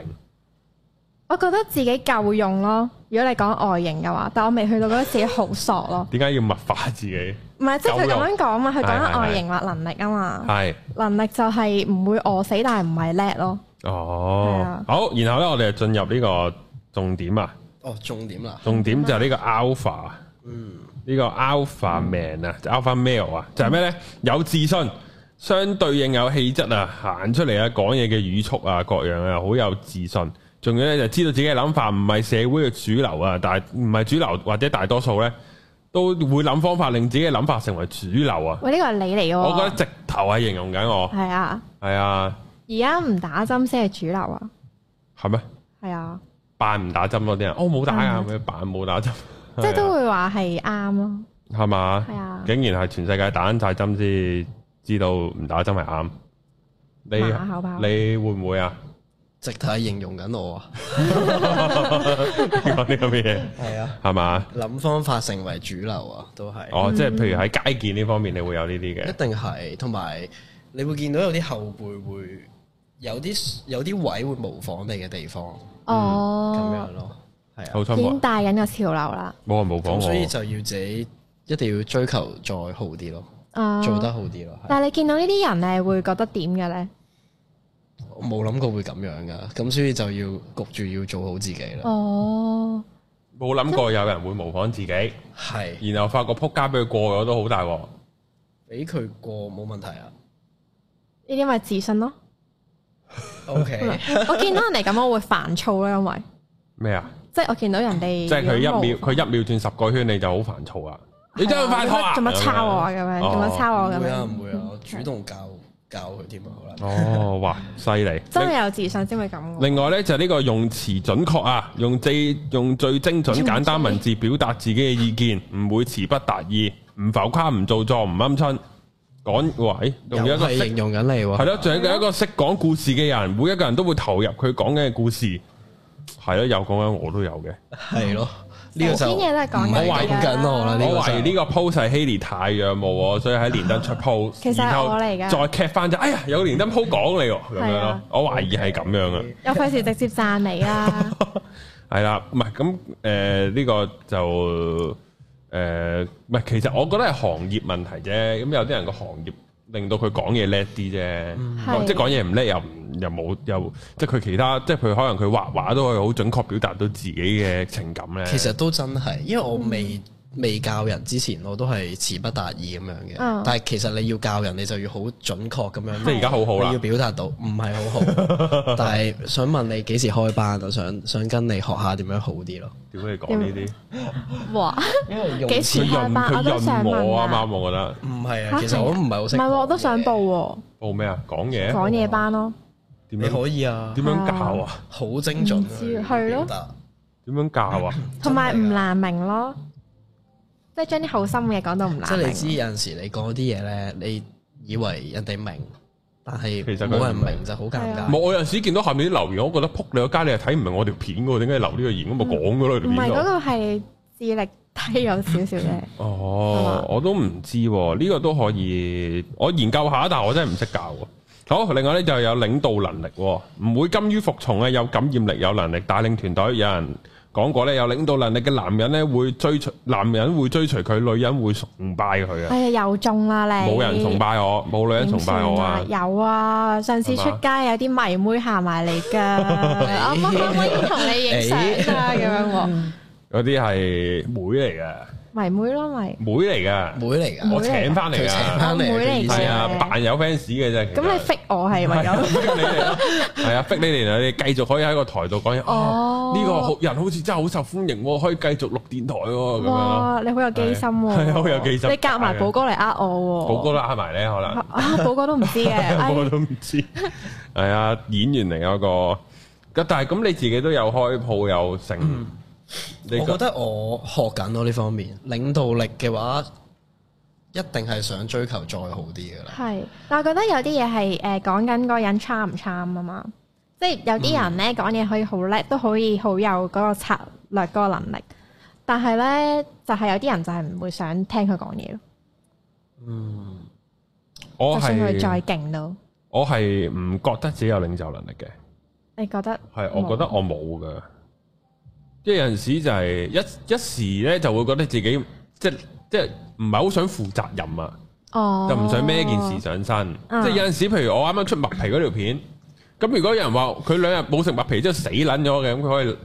B: 我覺得自己夠用咯。如果你講外形嘅話，但我未去到覺得自己好傻咯。
A: 點解要物化自己？
B: 唔係，即係佢
A: 夠
B: 咁
A: 用
B: 樣講嘛，佢講
A: 係係係
B: 緊外形或能力啊嘛。
A: 係
B: 能力就係唔會餓死，但係唔係叻咯。係
A: 哦
B: 啊，
A: 好。然後咧，我哋就進入呢個重點啊。
C: 哦，重點啦，
A: 重點就係呢個 alpha，啊
C: 嗯，
A: 呢個 alpha man 啊，alpha male 啊，就係咩咧？有自信，相對應有氣質啊，行出嚟啊，講嘢嘅語速啊，各樣啊，好有自信。仲要咧就知道自己嘅諗法唔係社會嘅主流啊，但係唔係主流或者大多數咧都會諗方法令自己嘅諗法成為主流啊。
B: 喂，呢個係你嚟嘅喎。
A: 我覺得直頭係形容緊我，
B: 係啊，
A: 係啊，
B: 而家唔打針先係主流啊。
A: 係咩？
B: 係啊，
A: 扮唔打針嗰啲人，哦冇打啊，咁樣扮冇打針，
B: 嗯即係都
A: 係啊
B: 會話係啱咯。
A: 係嘛
B: 係？啊，
A: 竟然係全世界打緊晒針先知道唔打針係啱，你
B: 馬後炮
A: 你會唔會啊？
C: 直頭係形容緊我啊，
A: 講啲咁嘅嘢
C: 係啊，
A: 係嘛？
C: 諗方法成為主流啊，都係。
B: 嗯
A: 哦，即係譬如喺街健呢方面，你會有呢啲
C: 一
A: 嘅，
C: 定係，同埋你會見到有啲後輩會有啲有啲位會模仿你嘅地方
A: 嗯
C: 咁、
B: 哦
C: 樣，咯，係啊，
A: 好彩冇
B: 已經
A: 人
B: 帶緊個潮流啦。
A: 冇人模仿
C: 咁
A: 我
C: 所，以就要自己一定要追求再好啲咯，
B: 啊
C: 做得好啲咯。係
B: 但係你見到呢啲人，你係會覺得點嘅咧？
C: 我冇諗過會咁樣噶，咁所以就要焗住要做好自己啦。
B: 哦，
A: 冇諗過有人會模仿自己，然
C: 係
A: 後發覺撲街俾佢過咗都好大鑊。
C: 俾佢過冇問 題啊。
B: 呢啲咪自信咯。
C: O K，
B: 我見到人哋咁，我會煩躁啦，因為
A: 咩啊？
B: 即係我見到人哋
A: 即係佢一秒
B: 樣模
A: 佢一秒轉十個圈，你就好煩躁啊！你真係快拖啊！哦
B: 做乜抄我啊咁樣，做乜抄我
C: 唔
B: 咁
C: 會啊，
B: 樣，嗯
C: 唔會啊，我主動教教佢添啊，好啦。
A: 哦，哇，犀利！
B: 真係有自信先會咁喎。
A: 另外咧就係呢個用詞準確啊，用最用最精準簡單文字表達自己嘅意見，唔會詞不達意，唔浮誇，唔做作，唔鵪鶉。講喂，仲有一個
C: 係
A: 識
C: 形容緊啊你
A: 係
C: 喎，
A: 咯，仲有一個識講故事嘅人，每一個人都會投入佢講緊嘅故事。係咯，有講緊我都有嘅。
C: 係咯，呢個就
B: 成篇嘢都係講緊
C: 唔係
A: 我懷疑
C: 講緊我啦，呢個
A: 我
C: 就
A: 懷疑呢個 post 係 Haley 太仰慕我，所以喺連登出 post，
B: 其實係
A: 然後
B: 我嚟㗎
A: 再 cap 翻就，哎呀，有連登 post 講你喎，咁樣
B: 係
A: 咯
B: 啊。
A: 我懷疑係咁樣啊。
B: 又費事直接讚你啊啦，
A: 係啦，唔係咁诶呢個就诶唔係，其實我覺得係行業問題啫。咁有啲人個行業令到佢講嘢叻啲啫，
B: 嗯
A: 哦
B: 係
A: 即係講嘢唔叻又唔又冇又即係佢其他即係佢可能佢畫畫都可以好準確表達到自己嘅情感咧。
C: 其實都真係，因為我未未教人之前，我都係詞不達意咁樣嘅。
B: 嗯
C: 但係其實你要教人，你就要好準確咁樣。
A: 即係而家好好啦
C: 你要表達到，唔係好 好。但係想問你幾時開班啊？想想跟你學下點樣好啲咯。
A: 點解你講呢
B: 哇！
C: 因為
A: 啲？
C: 用
B: 幾
C: 詞
B: 時
A: 佢
B: 開
A: 潤
B: 班
A: 佢
B: 我都想
A: 潤我
B: 問
A: 啊，
B: 啊
A: 啱我覺得
C: 唔係
B: 嚇
C: 啊，其實我都唔係好
B: 唔
C: 識。
B: 係喎，我都想報。喎，
A: 報咩啊？講嘢
B: 講嘢班咯。
A: 點
C: 你
A: 樣
C: 可以啊，
A: 點樣教啊？
C: 好精準
B: 唔知啊
C: 去
B: 係咯
C: 表達。
A: 點樣教 啊？
B: 同埋唔難明咯，即係將啲好深嘅講到唔
C: 即
B: 難
C: 係
B: 明。啊
C: 你知有陣時你講啲嘢咧，你以為人哋明，但係
A: 其實佢
C: 冇人
A: 唔明
C: 明就好
B: 係
C: 尷
B: 啊
A: 冇，
C: 尬。
A: 我有陣時見到下面啲留言，我覺得撲你個街，你係睇唔明我條片嘅喎，點解你留呢個言？咁咪講嘅咯
B: 嗯唔
A: 條
B: 係
A: 片度。
B: 嗰個係智力低咗少少 啫。係
A: 哦
B: 嘛，
A: 我都唔知喎，呢個都可以，我研究下，但係我真係唔識教喎。好，另外呢就有領導能力喎，唔會甘於服從啊，有感染力，有能力帶領團隊。有人講過呢，有領導能力嘅男人呢，會追隨，男人會追隨佢，女人會崇拜佢啊。
B: 哎呀，又中啦你！
A: 冇人崇拜我，冇女人崇拜我啊
B: 點。算有啊，上次出街有啲迷妹行埋嚟 㗎，我可
A: 哎
B: 唔可以同你影相啊？咁樣喎，
A: 嗰啲係妹嚟嘅，
B: 迷妹咯，迷。
A: 妹嚟嘅，
C: 妹嚟㗎，
A: 我請翻嚟
C: 佢請
A: 㗎，
C: 翻嚟嘅意思
A: 係
C: 係
A: 啊
B: 嘅，
A: 扮有 fans 嘅啫。其實
B: 咁你 fit 我係為
A: 係啊
B: 咗
A: 逼你哋咯，係啊，逼你哋，你哋繼續可以喺個台度講嘢。哦
B: 哦，
A: 呢個好人好似真係好受歡迎喎，可以繼續錄電台喎，咁樣咯。
B: 哇！你好有機心喎，
A: 係好有機心
B: 你夾埋寶哥嚟呃我喎，
A: 寶哥都呃埋咧，可能
B: 啊 啊，寶哥都唔知嘅，哎
A: 我都唔知。係啊，演員嚟嗰個，咁但係咁你自己都有開鋪有成，你
C: 我覺得我學緊咯呢方面，領導力嘅話，一定係想追求再好啲噶啦。
B: 係，但我覺得有啲嘢係誒講緊嗰個人參唔參啊嘛，即係有啲人
A: 嗯
B: 咧講嘢可以好叻，都可以好有嗰個策略嗰個能力，但係咧就係、有啲人就係唔會想聽佢講嘢咯，
A: 我
B: 就算佢再
A: 哦係
B: 勁都，
A: 我係唔覺得自己有領袖能力嘅。
B: 你覺得
A: 係，我覺得我冇噶，即係有陣時就係一一時咧就會覺得自己即即係唔係好想負責任啊，
B: 哦，
A: 就唔想孭件事上身。
B: 嗯
A: 即係有陣時，譬如我啱啱出麥皮嗰條片，咁如果有人話佢兩日冇食麥皮之後死撚咗嘅，咁佢可以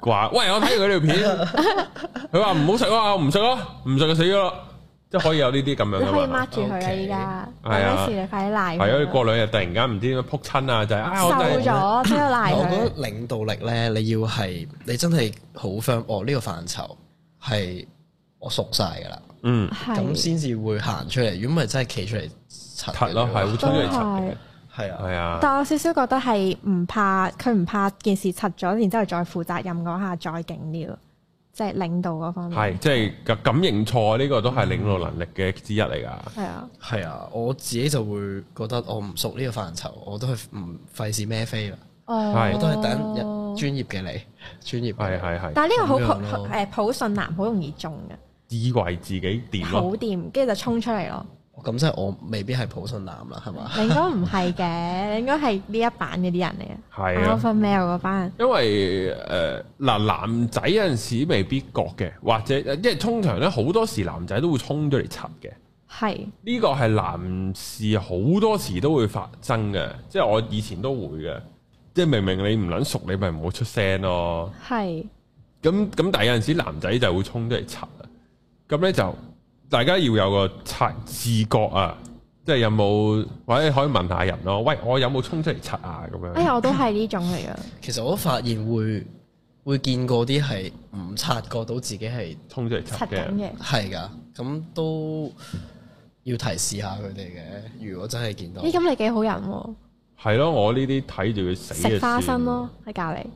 A: 話：喂，我睇佢條片，佢話唔好食啊，我唔食咯，唔食就死咗咯，即係可以有呢啲咁樣
B: 你可
A: 噶
B: 以 mark
A: 嘛。
B: 住佢啦，啊依家有
A: 係啊
B: 咩事你快啲賴
A: 係啊，你
B: 佢
A: 過兩日突然間唔知點樣撲親啊，就係啊，我真係
B: 瘦咗即刻賴
C: 我覺
B: 佢，
C: 得領導力咧，你要係你真係好 firm，哦呢個範疇係我熟晒噶啦，
A: 嗯。
C: 咁
B: 係
C: 先至會行出嚟。如果唔係真係企出嚟柒
A: 柒咯，係會衝出嚟柒嘅，
C: 係啊，
A: 係啊。
B: 但我少少覺得係唔怕，佢唔怕件事柒咗，然之後再負責任嗰下再勁啲咯，即係領導嗰方面。
A: 係，即係敢認錯呢個都係領導能力嘅之一嚟㗎。
B: 係啊，
C: 係啊，我自己就會覺得我唔熟呢個範疇，我都係唔費事孭飛啦，
B: 哦，
A: 係
C: 我都係等一專業嘅你，專業嘅
A: 係
C: 你
A: 係係，
B: 但係呢個好
C: 咁樣
B: 普
C: 咯
B: 誒普信男好容易中嘅，
A: 以為自己掂
B: 好
A: 咯，
B: 掂，跟住就衝出嚟咯。
C: 咁即係我未必係普信男啦，係嘛？
B: 你應該唔 係嘅，你應該係呢一版嗰啲人嚟嘅
A: 係啊。
B: ，alpha male 嗰班。
A: 因為誒呃嗱、男仔有陣時未必覺嘅，或者呃因為通常咧好多時男仔都會衝咗嚟柒嘅。
B: 係，
A: 呢個係男士好多時都會發生嘅，即係我以前都會嘅。即係明明你唔撚熟，你咪唔好出聲咯。
B: 係，
A: 咁咁，但係有陣時男仔就會衝出嚟柒啊。咁咧就大家要有個察自覺啊，即係有冇或者可以問下人咯。喂，我有冇衝出嚟柒啊？咁
B: 哎
A: 樣
B: 呀，我都係呢種 嚟嘅，
C: 其實我都發現會會見過啲係唔察覺到自己係
A: 衝出嚟柒
B: 柒緊
A: 嘅。
B: 嘅。
C: 係㗎，咁都要提示下佢哋嘅。如果真係見到，
B: 咦，咁你幾好人喎？
A: 係咯，我呢啲睇住佢死就
B: 食花
A: 算
B: 生咯，喺隔離，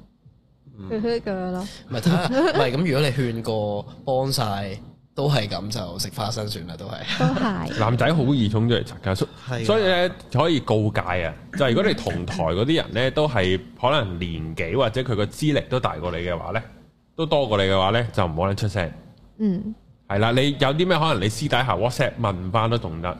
A: 嗯
B: 呵呵 咁樣咯。
C: 唔係睇下，唔係咁。如果你勸過幫晒，都係咁就食花生算啦，都係。
B: 都係，
A: 男仔好易衝出嚟柒㗎，所
C: 係啊
A: 所以咧可以告戒啊！就係如果你同台嗰啲人咧，都係可能年紀或者佢個資歷都大過你嘅話咧，都多過你嘅話咧，就唔好撚出聲。
B: 嗯，
A: 係啦，你有啲咩可能你私底下 WhatsApp 問翻都仲得。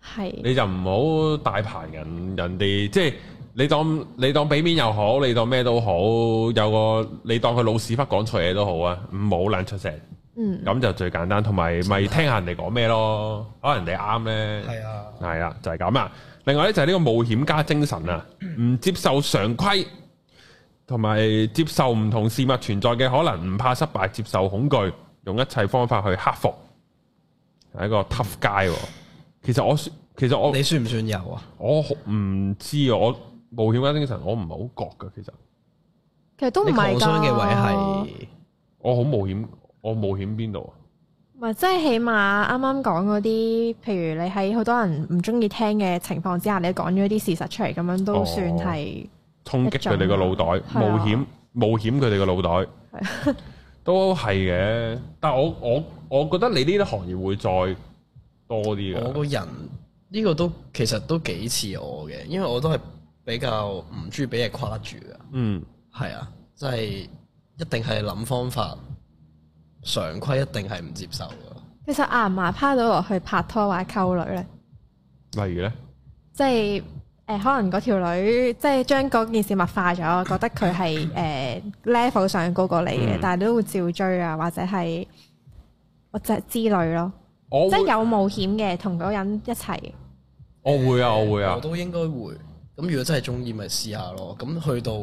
B: 係，
A: 你就唔好大棚人人哋，即係你當你當俾面又好，你當咩都好，有個你當佢老屎忽講錯嘢都好啊，唔好撚出聲，
B: 嗯，
A: 咁就最簡單，同埋咪聽下人哋講咩咯，可能人哋啱呢。
C: 啊，
A: 係啦，就係咁啊。另外咧就係呢個冒險家精神啊，唔接受常規，同埋接受唔同事物存在嘅可能，唔怕失敗，接受恐懼，用一切方法去克服，係一個 tough guy 喎。其實我其實我
C: 你算唔算有啊？
A: 我好唔知啊，我冒險家精神我唔係好覺噶，其實
B: 其實都唔
C: 你
B: 係
C: 擴
B: 㗎。
C: 張嘅位係
A: 我好冒險，我冒險邊度啊？
B: 唔係，即係起碼啱啱講嗰啲，譬如你喺好多人唔中意聽嘅情況之下，你講咗啲事實出嚟，咁樣
A: 哦
B: 都算係
A: 衝擊佢哋個腦袋，
B: 係啊
A: 冒險冒險佢哋個腦袋，都係嘅。但我我我覺得你呢啲行業會再多啲
C: 我個
A: 嘅。
C: 人呢個都其實都幾似我嘅，因為我都係比較唔中意俾人跨住噶。
A: 嗯，
C: 係啊，即係一定係諗方法，常規一定係唔接受噶。
B: 其實啊牙唔牙趴到落去拍拖或者溝女咧，
A: 例如咧，
B: 即係誒、呃可能嗰條女即係將嗰件事物化咗，覺得佢 係誒 level 上高過你嘅，
A: 嗯
B: 但係都會照追啊，或者係或者之類咯，
A: 我
B: 即
A: 會
B: 係有冒險嘅，同嗰個人一齊嘅。
A: 我會啊，我會啊
C: 我，都應該會。咁如果真係中意，咪試下咯。咁去到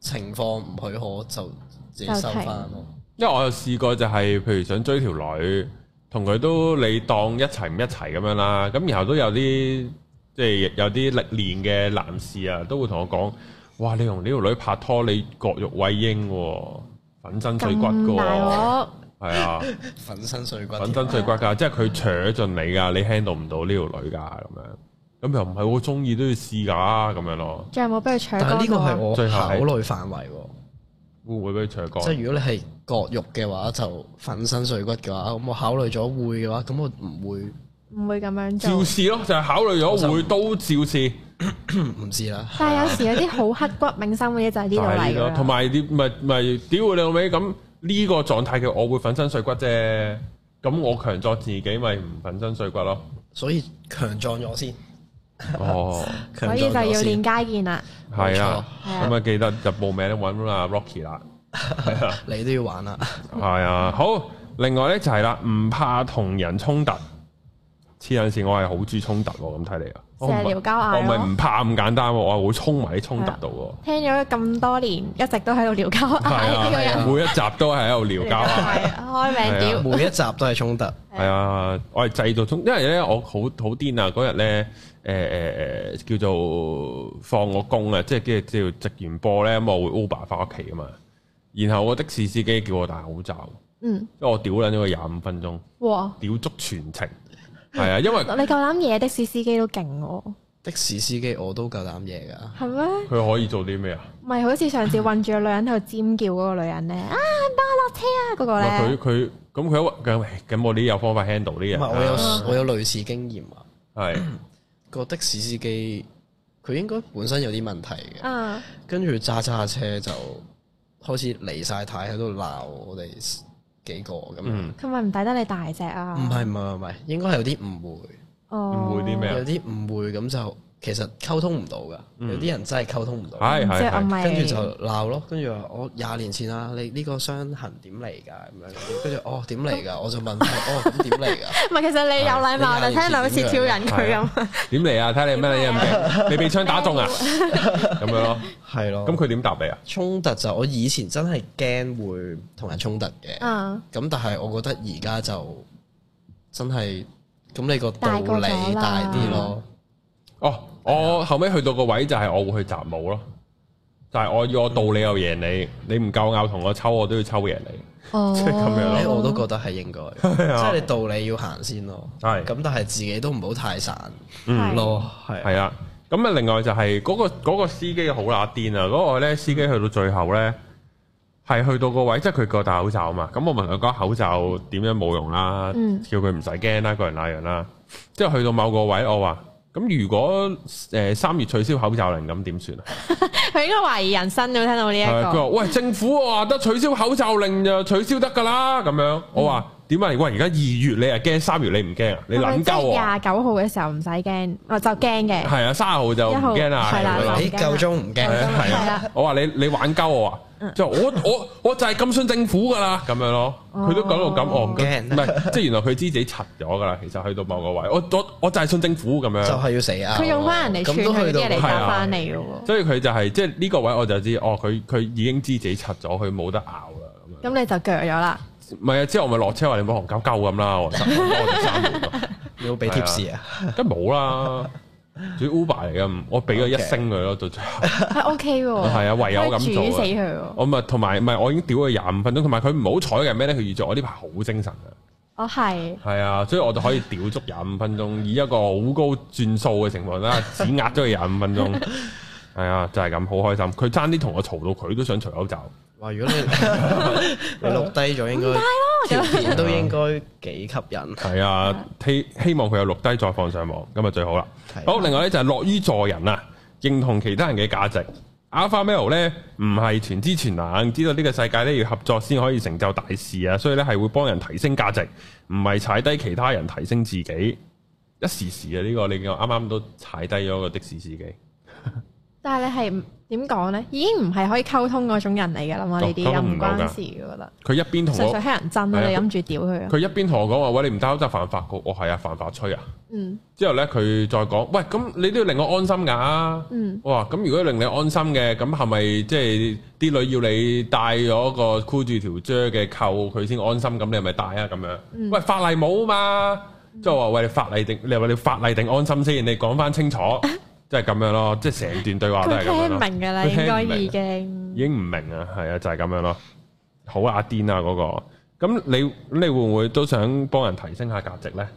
C: 情況唔許可，就自己
B: 就
C: 收
B: 停
C: 翻咯。
A: 因為我有試過就係，譬如想追條女，同佢都你當一齊唔一齊咁樣啦。咁然後都有啲即係有啲歷練嘅男士啊，都會同我講：，哇！你同呢條女拍拖，你割肉餵鷹喎，粉身碎骨
B: 咁
A: 㗎
B: 大
A: 喎，
B: 鑊，
A: 係啊。
C: 粉身碎骨。
A: 粉身碎骨㗎，即係佢扯盡你㗎，你 handle 唔到呢條女㗎咁樣，咁又唔係好中意都要試㗎咁樣咯，
B: 仲有冇俾佢搶
C: 但係
B: 光
C: 呢個
B: 過啊
C: 係我
A: 最後係
C: 考慮範圍喎。
A: 會唔會俾佢扯
C: 即係
A: 乾？
C: 如果你係割肉嘅話，就粉身碎骨嘅話，咁我考慮咗會嘅話，咁我唔會
B: 唔會咁樣
A: 照
B: 做。
A: 試咯，就係考慮咗會都照試，
C: 唔知啦。
B: 但係有時有啲好刻骨銘心嘅嘢就係呢
A: 就
B: 度
A: 係
B: 嚟
A: 呢個
B: 㗎啦
A: 同埋啲咪咪屌你老味咁呢個狀態嘅我會粉身碎骨啫，咁我強壯自己咪唔粉身碎骨咯。
C: 所以強壯咗先，
A: 哦，
C: 強
B: 所以就
C: 壯
B: 要
C: 咗
B: 練
C: 先。
B: 街健啦。
A: 係啊，
B: 冇錯
A: 咁啊記得就報名揾阿 Rocky 啦。
C: 你都要玩啦。
A: 係啊，好。另外咧就係啦，唔怕同人衝突。黐有時我係好中意衝突喎，咁睇嚟啊，我唔
B: 成日撩交
A: 我
B: 嗌
A: 唔係
B: 咯
A: 唔怕咁簡單喎，我係會衝埋啲衝突度
B: 聽咗咁多年，一直都喺度聊交嗌
A: 喎。係
B: 呢個
A: 啊，
B: 人，
A: 每一集都係喺度撩交嗌。
B: 係啊開
A: 係啊
B: 名屌，
C: 每一集都係衝突。
A: 係啊，我係製造衝，因為咧我好好癲啊！嗰日咧，誒誒誒，叫做放我工啊，即係跟住叫直完波咧，咁我會 Uber 翻屋企啊嘛。然後我的士司機叫我戴口罩，
B: 嗯，
A: 因為我屌撚咗佢廿五分鐘，
B: 哇！
A: 屌足全程。係啊，因為
B: 你夠膽惹的士司機都勁喎，
C: 的士司機我都夠膽啊嘢㗎，
B: 係咩？
A: 佢可以做啲咩啊？
B: 唔係好似上次困住個女人喺度尖叫嗰個女人咧，啊，幫我落車啊嗰
A: 唔
B: 個
A: 係佢
B: 咧，
A: 佢咁佢一咁咁我啲有方法 handle 啲
C: 唔
A: 人
C: 係
A: 啊，
C: 我有我有類似經驗啊。
A: 係
C: 個的士司機佢應該本身有啲問題嘅，
B: 啊，
C: 跟住揸揸下車就開始離晒太喺度鬧我哋幾個咁樣。
A: 嗯
B: 佢咪唔抵得你大隻啊？
C: 唔係唔係唔係，應該係有啲誤會。
B: 哦，
A: 誤會啲咩啊嗯
C: 有啲誤會咁就其實溝通唔到噶，有啲人真係溝通唔到，
A: 係
B: 即
A: 係
B: 係啊我
A: 係
B: 咪
C: 跟住就鬧咯，跟住話我廿年前啊，你呢個傷痕點嚟㗎咁樣，跟住哦點嚟 㗎，我就問翻哦咁點嚟㗎，
B: 唔係，其實你有禮貌，但聽你好似挑釁佢咁。
A: 點嚟啊？睇你咩你有咩？你被槍打 中啊？咁樣咯，
C: 係咯，
A: 咁佢點答你啊？
C: 衝突就我以前真係驚會同人衝突嘅，咁、
B: 嗯，
C: 但係我覺得而家就真係咁你個道
B: 大個咗
C: 理
B: 啦
C: 大啲咯，
A: 哦，我後尾去到個位就係我會去習武咯，就係我要我道理又贏你，你唔夠拗同我抽我都要抽贏你，
B: 哦，
A: 即係咁樣
C: 誒
A: 咯
C: 我都覺得係 應該，即係你道理要行先咯，
A: 啊係
C: 咁但係自己都唔好太散
A: 嗯
B: 係
C: 咯，係
A: 係啦。咁啊，另外就係嗰個嗰個司機好乸癲啊！嗰個咧司機去到最後咧。係去到個位，即係佢個戴口罩啊嘛。咁我問佢講口罩點樣冇用啦，
B: 嗯
A: 叫佢唔使驚啦，個人那樣啦。即係去到某個位，我話：咁如果誒三、月取消口罩令，咁點算啊？
B: 佢應該懷疑人生，你會聽到呢一
A: 係佢話：
B: 啊個。嗯
A: 喂，政府話得取消口罩令就取消得㗎啦。咁樣，我話點解？喂，而家二月你係驚，三月你唔驚啊？你諗鳩啊？
B: 廿九號嘅時候唔使驚，我就驚嘅。
A: 係啊，三十號就唔驚啦。
B: 一號係啦
A: 係
B: 係
A: 啊
C: 咦，夠鐘
A: 係
C: 唔驚，
A: 啊係
B: 係
A: 啊
B: 啦，
A: 我話你你玩鳩我啊！即係我我我就係咁信政府噶啦，咁樣咯，佢都講到咁，我唔驚，
C: 驚啊
A: 唔係即係原來佢知自己柒咗噶啦，其實去到某個位，我我我就係信政府咁樣，
C: 就係要死啊！
B: 佢用翻人哋串
C: 咁都
B: 佢
C: 去
B: 啲
C: 到
B: 嘢嚟
A: 係啊
B: 答翻你嘅喎。
A: 所以佢就係即係呢個位我就知，哦，佢佢已經知自己柒咗，佢冇得拗啦。咁樣
B: 咁你就鋸咗啦。
A: 唔係啊，之後我咪落車話你冇行鳩鳩咁啦，我實我就三秒咯
C: 你要俾貼士啊！
A: 梗係冇啦，仲要 Uber 嚟噶，我俾咗一
C: Okay
A: 星佢咯，到最後
B: 係 OK 喎，
A: 係啊唯有咁做啊
B: 可以煮死佢喎。
A: 我咪同埋唔係我已經屌佢廿五分鐘，同埋佢唔好彩嘅係咩咧？佢預咗我呢排好精神啊。
B: 我哦係
A: 係啊，所以我就可以屌足廿五分鐘，以一個好高轉數嘅情況啦，只壓咗佢廿五分鐘。係啊，就係咁，好開心。佢爭啲同我嘈到，佢都想除口罩。
C: 哇！如 果你你錄低咗，應該條片
A: 啊
C: 都應該幾吸引。
A: 係啊，希希望佢有錄低再放上網，咁啊最好啦。
C: 係
A: 好，另外咧就係樂於助人啊，認同其他人嘅價值。Alpha Male 咧唔係全知全能，知道呢個世界咧要合作先可以成就大事啊，所以咧係會幫人提升價值，唔係踩低其他人提升自己。一時時啊，呢、個你見我啱啱都踩低咗個的士司機。
B: 但係你係點講咧？已經唔係可以溝通嗰種人嚟㗎啦嘛，呢
A: 溝
B: 啲又
A: 通唔
B: 唔
A: 到㗎
B: 關事嘅，我覺得。
A: 佢一邊同
B: 純
A: 我
B: 粹，黑人憎
A: 係啊
B: 啊！你諗住屌佢啊？
A: 佢一邊同我講話，喂，你唔戴口罩犯法嘅，我係啊，犯法吹啊。
B: 嗯
A: 之後咧，佢再講，喂，咁你都要令我安心㗎。
B: 嗯，
A: 哇！咁如果令你安心嘅，咁係咪即係啲女要你戴咗個箍住條啫嘅扣佢先安心？咁你係咪戴啊？咁樣，
B: 嗯
A: 喂，法例冇啊嘛，即係話喂，你法例定你話你法例定安心先，你講翻 清楚，即係咁樣咯，即係成段對啊話都
B: 佢
A: 係咁樣
B: 聽唔
A: 咯，
B: 明㗎啊啦，
A: 佢
B: 應
A: 聽唔
B: 該
A: 明
B: 已經
A: 已。經唔明啊，係啊，就係、咁樣咯，好阿癲啊嗰、個，咁你你會唔會都想幫人提升下價值呢？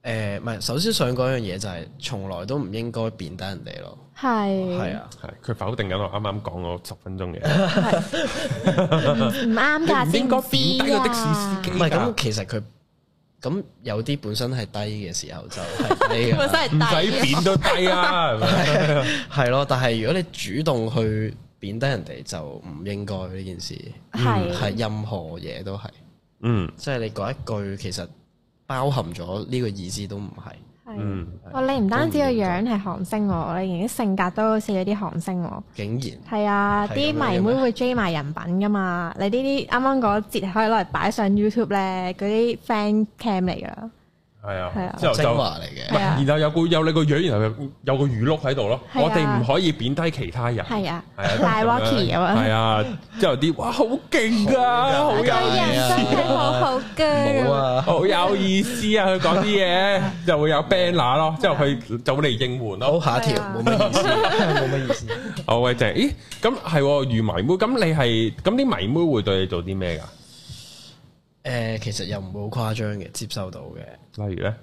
C: 誒，唔係，首先想講一樣嘢就係，從來都唔應該貶低人哋咯。
A: 嗯
B: 係
C: 係啊，
A: 係佢否定緊我啱啱講嗰十分鐘 嘢，
B: 唔啱㗎，
A: 你唔
B: 知
A: 應
B: 唔
A: 該貶低
B: 知
A: 個
B: 啊
A: 的士司機
C: 唔係咁，其實佢咁有啲本身係低嘅時候就係啊 低
B: 本身係
C: 㗎啦，
A: 唔
B: 抵
A: 使嗯
B: 嘅
A: 貶都低啊，係咪？
C: 係咯。但係如果你主動去貶低人哋，就唔應該呢件事，
B: 係
C: 係任何嘢都係，
A: 嗯
C: 即係你嗰一句其實包含咗呢個意思都唔係。
B: 係。
A: 嗯，
B: 哇！你唔單止個樣係韓星喎，你連啲性格都好似有啲韓星喎。
C: 竟然
B: 係啊，
C: 係
B: 啲
C: 咁樣
B: 迷
C: 嘅
B: 妹
C: 咩
B: 會追埋人品噶嘛？你呢啲啱啱嗰節可以攞嚟擺上 YouTube 咧，嗰啲 fan cam 嚟噶。
A: 係
B: 係
A: 啊
B: 啊，
A: 之後
C: 精
A: 就。
C: 華嚟
A: 唔係
C: 嘅，
B: 係啊
A: 然後有個有你個樣，然後有有個魚碌喺度咯。
B: 係啊
A: 我哋唔可以貶低其他人。
B: 係啊，
A: 係啊
B: 大 Rocky 咁
A: 係
B: 啊，
A: 啊，之後啲哇好勁啊，好
C: 好
B: 佢
A: 有
C: 㗎
B: 人真係好好
C: 冇
B: 嘅。
C: 啊，
A: 好有意思啊！佢講啲 嘢就會有 banner 咯，之後佢就會嚟應援咯
C: 好。下一條
B: 係啊
C: 冇乜意思， 冇乜意思。
A: 哦喂，正，咦咁係喎魚迷妹，咁你係咁啲迷妹會對你做啲咩㗎？
C: 誒，其實又唔會好誇張嘅，接受到嘅。
A: 例如咧，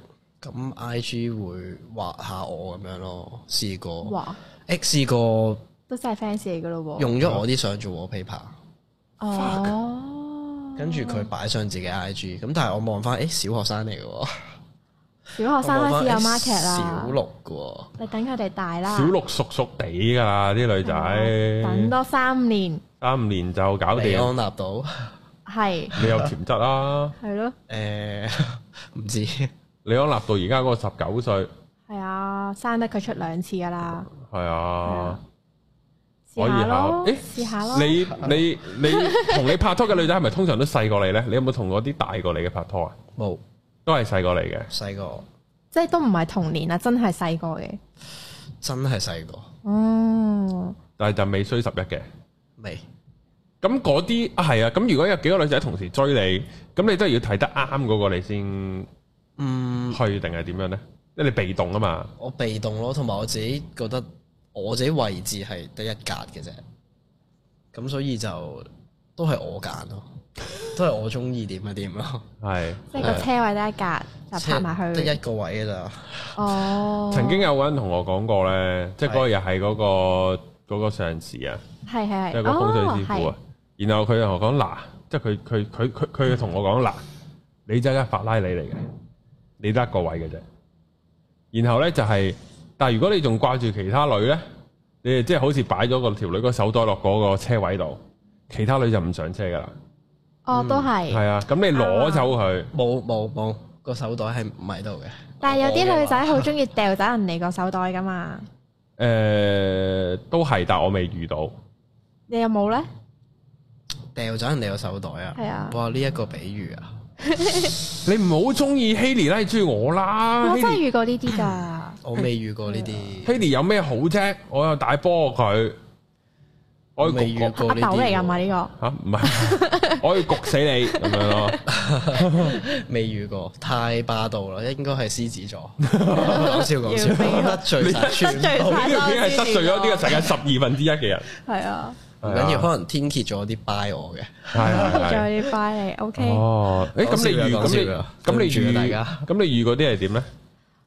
C: 咁 I G 會畫下我咁樣咯，試過，
B: 哇，
C: 誒試過
B: 都真係 fans 嚟噶咯喎。
C: 用咗我啲相做我 paper，
B: 哦，
C: 跟住佢擺上自己 I G，咁但係我望翻，誒小學生嚟嘅喎，
B: 小學生開始有
C: 我望返誒
B: market
C: 小
B: 啦。
C: 六嘅喎，
B: 你等佢哋大啦。
A: 小六熟熟地㗎啦，啲女
B: 係啊等
A: 仔
B: 多三年，
A: 三五年就搞
C: 被
A: 掂，
C: 安納到，
B: 係
A: 你有潛質啦。
B: 係咯，
C: 誒 唔知
A: 李安納到而家嗰個十九歲，
B: 係啊，生得佢出兩次噶啦，
A: 係啊，
B: 試下咯，
A: 可以
B: 試下咯。
A: 你你 你同你拍拖嘅女仔係咪通常都細過你呢？你有冇同嗰啲大過你嘅拍拖啊？
C: 冇
A: 都係細過你嘅，
C: 細個
B: 即係都唔係童年啊，真係細個嘅。
C: 真係細個
B: 哦，
A: 但係就未衰十一嘅。
C: 未，
A: 咁嗰啲啊係啊，咁如果有幾個女仔同時追你，咁你都係要睇得啱嗰個你先
C: 嗯。
A: 去定係點樣呢？因為你被動啊嘛，
C: 我被動咯，同埋我自己覺得我自己位置係得一格嘅啫，咁所以就都係我揀咯，都係我中意點就點咯，
A: 係。
B: 即係個車位得一格，就拍埋
C: 即係得一
B: 去。
C: 個位嘅咋，
B: 哦，
A: 曾經有個人同我講過呢，即係嗰個又係嗰個嗰個上司啊。
B: 係係
A: 即係
B: 係，
A: 個風水
B: 哦
A: 師傅
B: 係
A: 啊。然後佢就同我講嗱，即係佢佢佢佢佢同我講嗱，你真係架法拉利嚟嘅，你得一個位嘅啫。然後咧就係、但係如果你仲掛住其他女咧，你哋即係好似擺咗個條女個手袋落嗰個車位度，其他女就唔上車噶啦。
B: 哦，都
A: 系
B: 係。
A: 啊，咁你攞走佢，
C: 冇冇冇，個手袋係唔喺度嘅。
B: 但係有
C: 我嘅
B: 啲
C: 話
B: 女仔好中意掉走人哋個手袋噶嘛，
A: 诶，呃都係，但我未遇到，
B: 你有冇咧？
C: 掉咗人哋個手袋啊！
B: 係啊
C: 哇！呢一個比喻啊，
A: 你唔好中意 Haley 啦，你中意我啦
B: 我真係
A: ，Haley
B: 遇過呢啲 㗎。
C: 我未遇過呢啲，
A: Haley 有咩好啫？我又大波過佢，我
C: 我
A: 要
C: 未遇
A: 焗
B: 阿
C: 過呢
B: 豆
C: 啲
B: 嚟
C: 喎
B: 㗎嘛呢個？
A: 吓，唔係，我要焗死你咁樣咯。
C: 未遇過，太霸道啦！應該係獅子座， 講笑講笑，
B: 要俾佢
C: 得罪晒全
B: 得罪
C: 部
B: 晒。
A: 呢條片係得罪咗呢個世界十二分之一嘅人，
B: 係啊，
C: 唔緊要，可能天蝎座有啲 buy 我嘅，
A: 係係
B: 仲
A: 係。
B: 有啲 b 你 o k
A: 哦，誒咁你遇
C: 講笑㗎
A: 咁你咁你
C: 對唔
A: 遇
C: 住啊大家
A: 咁你遇嗰啲係點咧？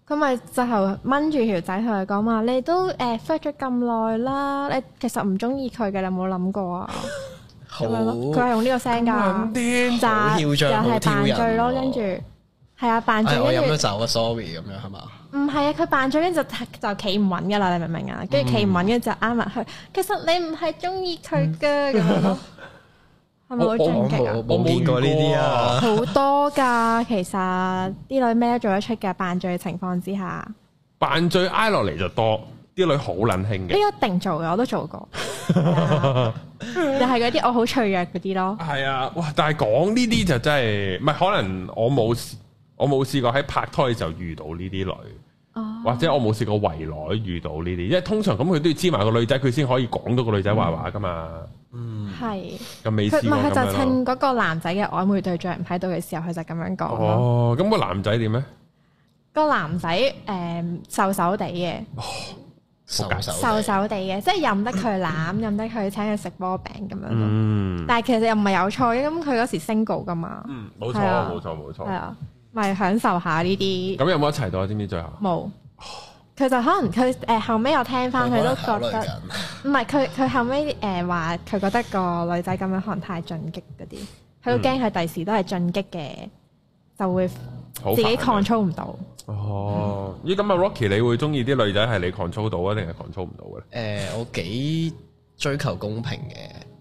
B: 咁咪就係掹住條仔同佢講嘛，你都誒 f 咗咁耐啦，你其實唔中意佢嘅，你有冇諗過啊？
C: 好
B: 咁樣咯，佢係用呢個聲㗎。
A: 癲
B: 炸
C: 好
B: 又
C: 囂張
B: 係扮醉咯，
C: 好挑釁
B: 跟
C: 喎
B: 住係啊扮
C: 哎
B: 醉，
C: 我飲
B: 跟住
C: 咗酒啊，sorry 咁樣係嘛？
B: 唔係啊，佢扮醉跟住就就企唔穩噶啦，你明唔明
C: 嗯
B: 啊？跟住企唔穩，跟住就啱埋去。其實你唔係中意佢嘅咁
C: 嗯
B: 樣 咯，係咪好
A: 我
B: 正
C: 我
B: 激啊？
C: 冇冇見過呢啲啊！
B: 好多㗎，其實啲女咩都做得出嘅，扮醉嘅情況之 下，
A: 扮醉挨落嚟就多，啲女好撚興嘅。
B: 呢個一定做嘅，我都做 過。啊就係嗰啲我好脆弱嗰啲咯，
A: 係啊，哇！但係講呢啲就真係，唔係可能我冇試我冇試過喺拍拖嘅時候遇到呢啲女，
B: 哦
A: 或者我冇試過圍內遇到呢啲，因為通常咁佢都要知埋個女仔，佢先可以講到個女仔壞話噶嘛。
B: 係
A: 咁未
B: 佢
A: 試
B: 唔
A: 過
B: 係
A: 咁
B: 佢就
A: 樣咯。
B: 趁嗰個男仔嘅曖昧對象唔喺度嘅時候，佢就咁樣講咯。
A: 哦，咁個男仔點咧？
B: 個男仔誒、瘦手地嘅，
C: 瘦
A: 仆街
C: 手
B: 瘦手地嘅，即係任得佢攬，任得佢請佢食波餅咁樣咯。
A: 嗯，
B: 但係其實又唔係有錯嘅，咁佢嗰時 single 噶嘛，
A: 嗯，冇錯
B: 係啊
A: 冇錯冇
B: 係
A: 錯。
B: 啊，咪享受下呢啲
A: 哦咁有冇一齊到啊？知唔知最後？
B: 冇。佢就可能佢誒、後尾我聽翻佢都
C: 考
B: 覺
C: 慮
B: 得，
C: 緊
B: 唔係佢佢後尾誒話佢覺得個女仔咁樣可能太進擊嗰啲，佢
C: 嗯
B: 都驚佢第時都係進擊嘅，就會自
A: 好
B: 己
A: 煩啊
B: control 唔到。
A: 哦，咦咁啊，Rocky，你會中意啲女仔係你 control 到啊，定係 control 唔到嘅咧？
C: 誒，我幾追求公平嘅，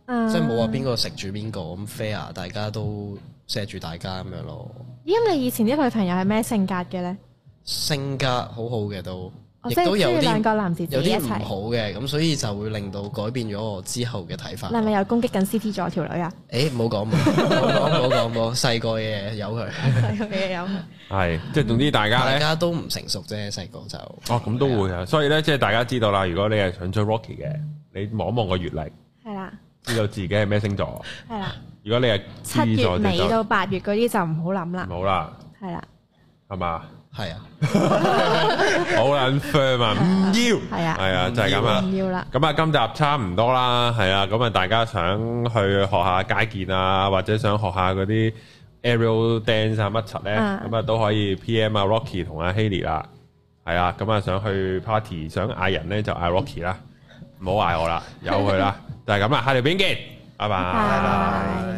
B: 嗯
C: 即係冇話啊邊個食住邊個咁 fair，大家都錫住大家咁樣咯。
B: 咦咁你以前啲女朋友係咩性格嘅咧？
C: 性格好好嘅都，
B: 哦
C: 亦
B: 即係
C: 都有
B: 中意兩個
C: 啲
B: 男士自
C: 有
B: 己一
C: 啲唔好
B: 齊，
C: 嘅，咁所以就會令到改變咗我之後嘅睇法
B: 你。係咪又攻擊緊 CT 座條女啊？
C: 誒，唔好講，唔好講，唔好講，唔好講細個嘢由佢，
B: 係有
A: 係，嗯即係總之大家
C: 大
A: 咧，
C: 家都唔成熟啫，細個就
A: 哦咁都會啊，所以咧即係大家知道啦，如果你係想追 Rocky 嘅，你望一望個月曆，
B: 係啦，
A: 知道自己係咩星座。
B: 係啦，
A: 如果你係
B: 七
A: 獅
B: 月
A: 座
B: 尾
A: 就
B: 到八月嗰啲就唔好諗
A: 唔
B: 啦，
A: 好啦，
B: 係啦，
A: 係嘛？
C: 係啊，
A: 好撚 firm 啊，唔要，
B: 係啊
A: 係啊，就係咁啊。
B: 唔要啦，
A: 咁啊，今集差唔多啦，係啊，咁啊，大家想去學下街健啊，或者想學下嗰啲 aerial dance 啊乜柒咧，
B: 啊
A: 咁啊都可以 PM 啊 Rocky 同阿 Haley 啦，係啊，咁啊想去 party 想嗌人咧就嗌 Rocky 啦，唔好嗌我啦，由佢啦，就係咁啦，下條片見，拜拜
B: 拜拜。